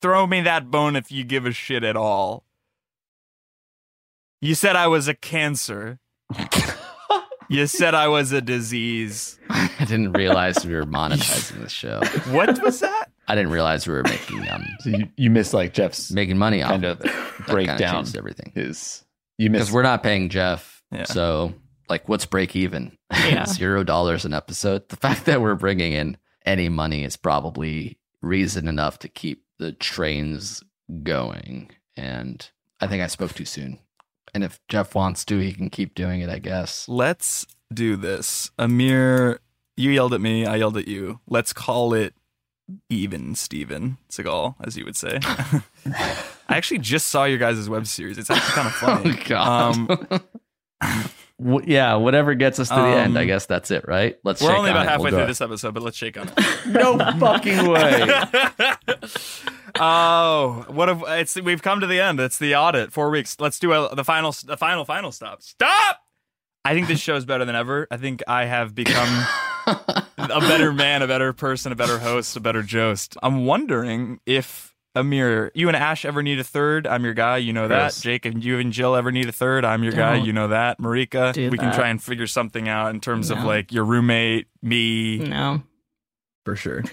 [SPEAKER 8] throw me that bone if you give a shit at all. You said I was a cancer. you said I was a disease.
[SPEAKER 6] I didn't realize we were monetizing the show.
[SPEAKER 8] What
[SPEAKER 5] *laughs*
[SPEAKER 8] was that?
[SPEAKER 6] I didn't realize we were making um,
[SPEAKER 5] So you, you miss like Jeff's
[SPEAKER 6] making money off
[SPEAKER 5] kind
[SPEAKER 6] it.
[SPEAKER 5] of
[SPEAKER 6] That kinda
[SPEAKER 5] breakdown.
[SPEAKER 6] changes everything.
[SPEAKER 5] His you
[SPEAKER 6] Because
[SPEAKER 5] miss
[SPEAKER 6] we're not paying Jeff.
[SPEAKER 8] Yeah.
[SPEAKER 6] So, like, what's break even? *laughs*
[SPEAKER 2] Yeah.
[SPEAKER 6] Zero dollars an episode. The fact that we're bringing in any money is probably reason enough to keep the trains going. And I think I spoke too soon. And if Jeff wants to, he can keep doing it, I guess.
[SPEAKER 8] Let's do this. Amir, you yelled at me. I yelled at you. Let's call it even, Steven Seagal, as you would say. *laughs* I actually just saw your guys' web series. It's
[SPEAKER 3] *laughs*
[SPEAKER 8] actually kind of
[SPEAKER 6] Oh,
[SPEAKER 8] funny.
[SPEAKER 5] uh,
[SPEAKER 6] God.
[SPEAKER 8] Um,
[SPEAKER 6] Wh- yeah, whatever gets us to the end, I
[SPEAKER 8] Um,
[SPEAKER 6] guess that's it, right? Let's
[SPEAKER 8] we're
[SPEAKER 6] shake
[SPEAKER 8] only
[SPEAKER 6] on
[SPEAKER 8] about
[SPEAKER 6] it. We'll
[SPEAKER 8] halfway
[SPEAKER 6] do
[SPEAKER 8] through
[SPEAKER 6] it.
[SPEAKER 8] this episode, but let's shake on
[SPEAKER 5] *laughs*
[SPEAKER 8] it.
[SPEAKER 6] No fucking way.
[SPEAKER 8] *laughs* oh, what have it's? We've come to the end. It's the audit. Four weeks. Let's do a, the final, the final, final stop. Stop. I think this show is better than ever. I think I have become a better man, a better person, a better host, a better jost. I'm wondering if Amir, you and Ash ever need a third. I'm your guy. You know that.
[SPEAKER 6] Gross.
[SPEAKER 8] Jake and you and Jill ever need a third. I'm your guy.
[SPEAKER 2] Don't
[SPEAKER 8] You know that. Marika,
[SPEAKER 2] do
[SPEAKER 8] we can
[SPEAKER 2] that.
[SPEAKER 8] try and figure something out in terms of
[SPEAKER 2] No.
[SPEAKER 8] like your roommate, me,
[SPEAKER 2] No.
[SPEAKER 8] for sure.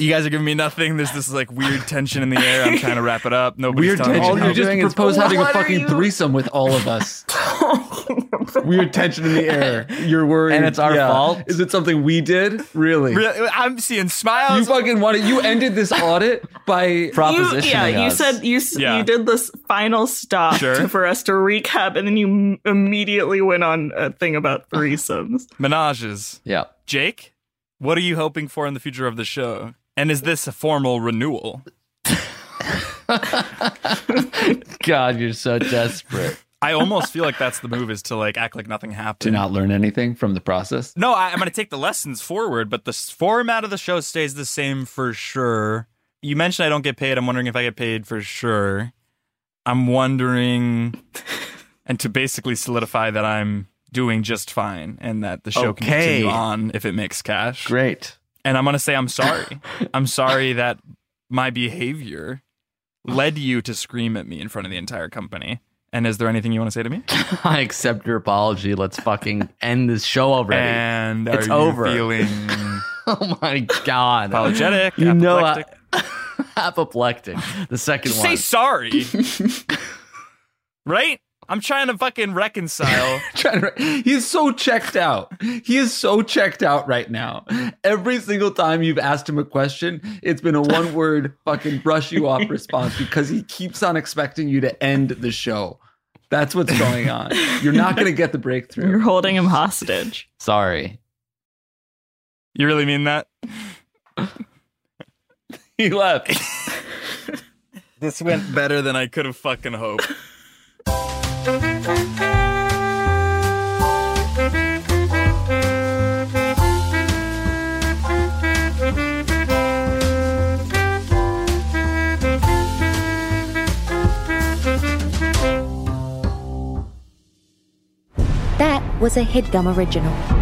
[SPEAKER 8] you guys are giving me nothing. There's this like weird tension in the air. I'm trying to wrap it up. Nobody's
[SPEAKER 5] Weird
[SPEAKER 8] telling me
[SPEAKER 5] tension.
[SPEAKER 8] how-
[SPEAKER 5] you just
[SPEAKER 6] doing is-
[SPEAKER 5] propose having a
[SPEAKER 6] What are
[SPEAKER 5] fucking
[SPEAKER 6] you-
[SPEAKER 5] threesome with all of us. *laughs* Weird tension in the air. You're worried,
[SPEAKER 6] And it's our fault?
[SPEAKER 5] Is it something we did? Really?
[SPEAKER 8] Really? I'm seeing
[SPEAKER 5] You
[SPEAKER 8] smiles.
[SPEAKER 5] fucking wanted. You ended this audit
[SPEAKER 6] *laughs*
[SPEAKER 5] by
[SPEAKER 2] You,
[SPEAKER 6] Propositioning
[SPEAKER 2] yeah, you
[SPEAKER 6] us.
[SPEAKER 2] said you s
[SPEAKER 8] Yeah.
[SPEAKER 2] you did this final stop
[SPEAKER 8] Sure.
[SPEAKER 2] to- for us to recap, and then you m- immediately went on a thing about
[SPEAKER 6] *sighs*
[SPEAKER 2] threesomes.
[SPEAKER 8] Menages.
[SPEAKER 6] Yeah.
[SPEAKER 8] Jake, what are you hoping for in the future of the show? And is this a formal renewal?
[SPEAKER 6] God, you're so desperate.
[SPEAKER 8] I almost feel like that's the move is to like act like nothing
[SPEAKER 5] to
[SPEAKER 8] happened.
[SPEAKER 5] not learn anything from the process.
[SPEAKER 8] No, I, I'm going to take the lessons forward, but the s- format of the show stays the same for sure. You mentioned I don't get paid. I'm wondering if I get paid for sure.
[SPEAKER 6] *laughs*
[SPEAKER 8] I'm wondering, and to basically solidify that I'm doing just fine and that the show can
[SPEAKER 6] Okay.
[SPEAKER 8] continue on if it makes cash.
[SPEAKER 6] Great.
[SPEAKER 8] And I'm going to say I'm sorry. I'm sorry that my behavior led you to scream at me in front of the entire company. And is there anything you want to say to me?
[SPEAKER 6] *laughs* I accept your apology. Let's
[SPEAKER 8] *laughs*
[SPEAKER 6] fucking end this show already.
[SPEAKER 8] And
[SPEAKER 6] It's
[SPEAKER 8] are
[SPEAKER 6] over.
[SPEAKER 8] you feeling
[SPEAKER 6] *laughs* oh my god.
[SPEAKER 8] apologetic?
[SPEAKER 6] You know, I-
[SPEAKER 8] apoplectic?
[SPEAKER 6] *laughs* apoplectic. The second
[SPEAKER 8] Just
[SPEAKER 6] one.
[SPEAKER 8] say sorry. *laughs* right? I'm trying to fucking reconcile.
[SPEAKER 5] trying to, he's so checked out. He is so checked out right now. Every single time you've asked him a question, it's been a one word fucking brush you off response because he keeps on expecting you to end the show. That's what's going on. You're not going to get the
[SPEAKER 2] You're
[SPEAKER 5] breakthrough.
[SPEAKER 2] holding him hostage.
[SPEAKER 6] Sorry.
[SPEAKER 8] *laughs* you really mean that?
[SPEAKER 6] He left.
[SPEAKER 8] This went better than I could have fucking hoped.
[SPEAKER 9] That was a headgum original.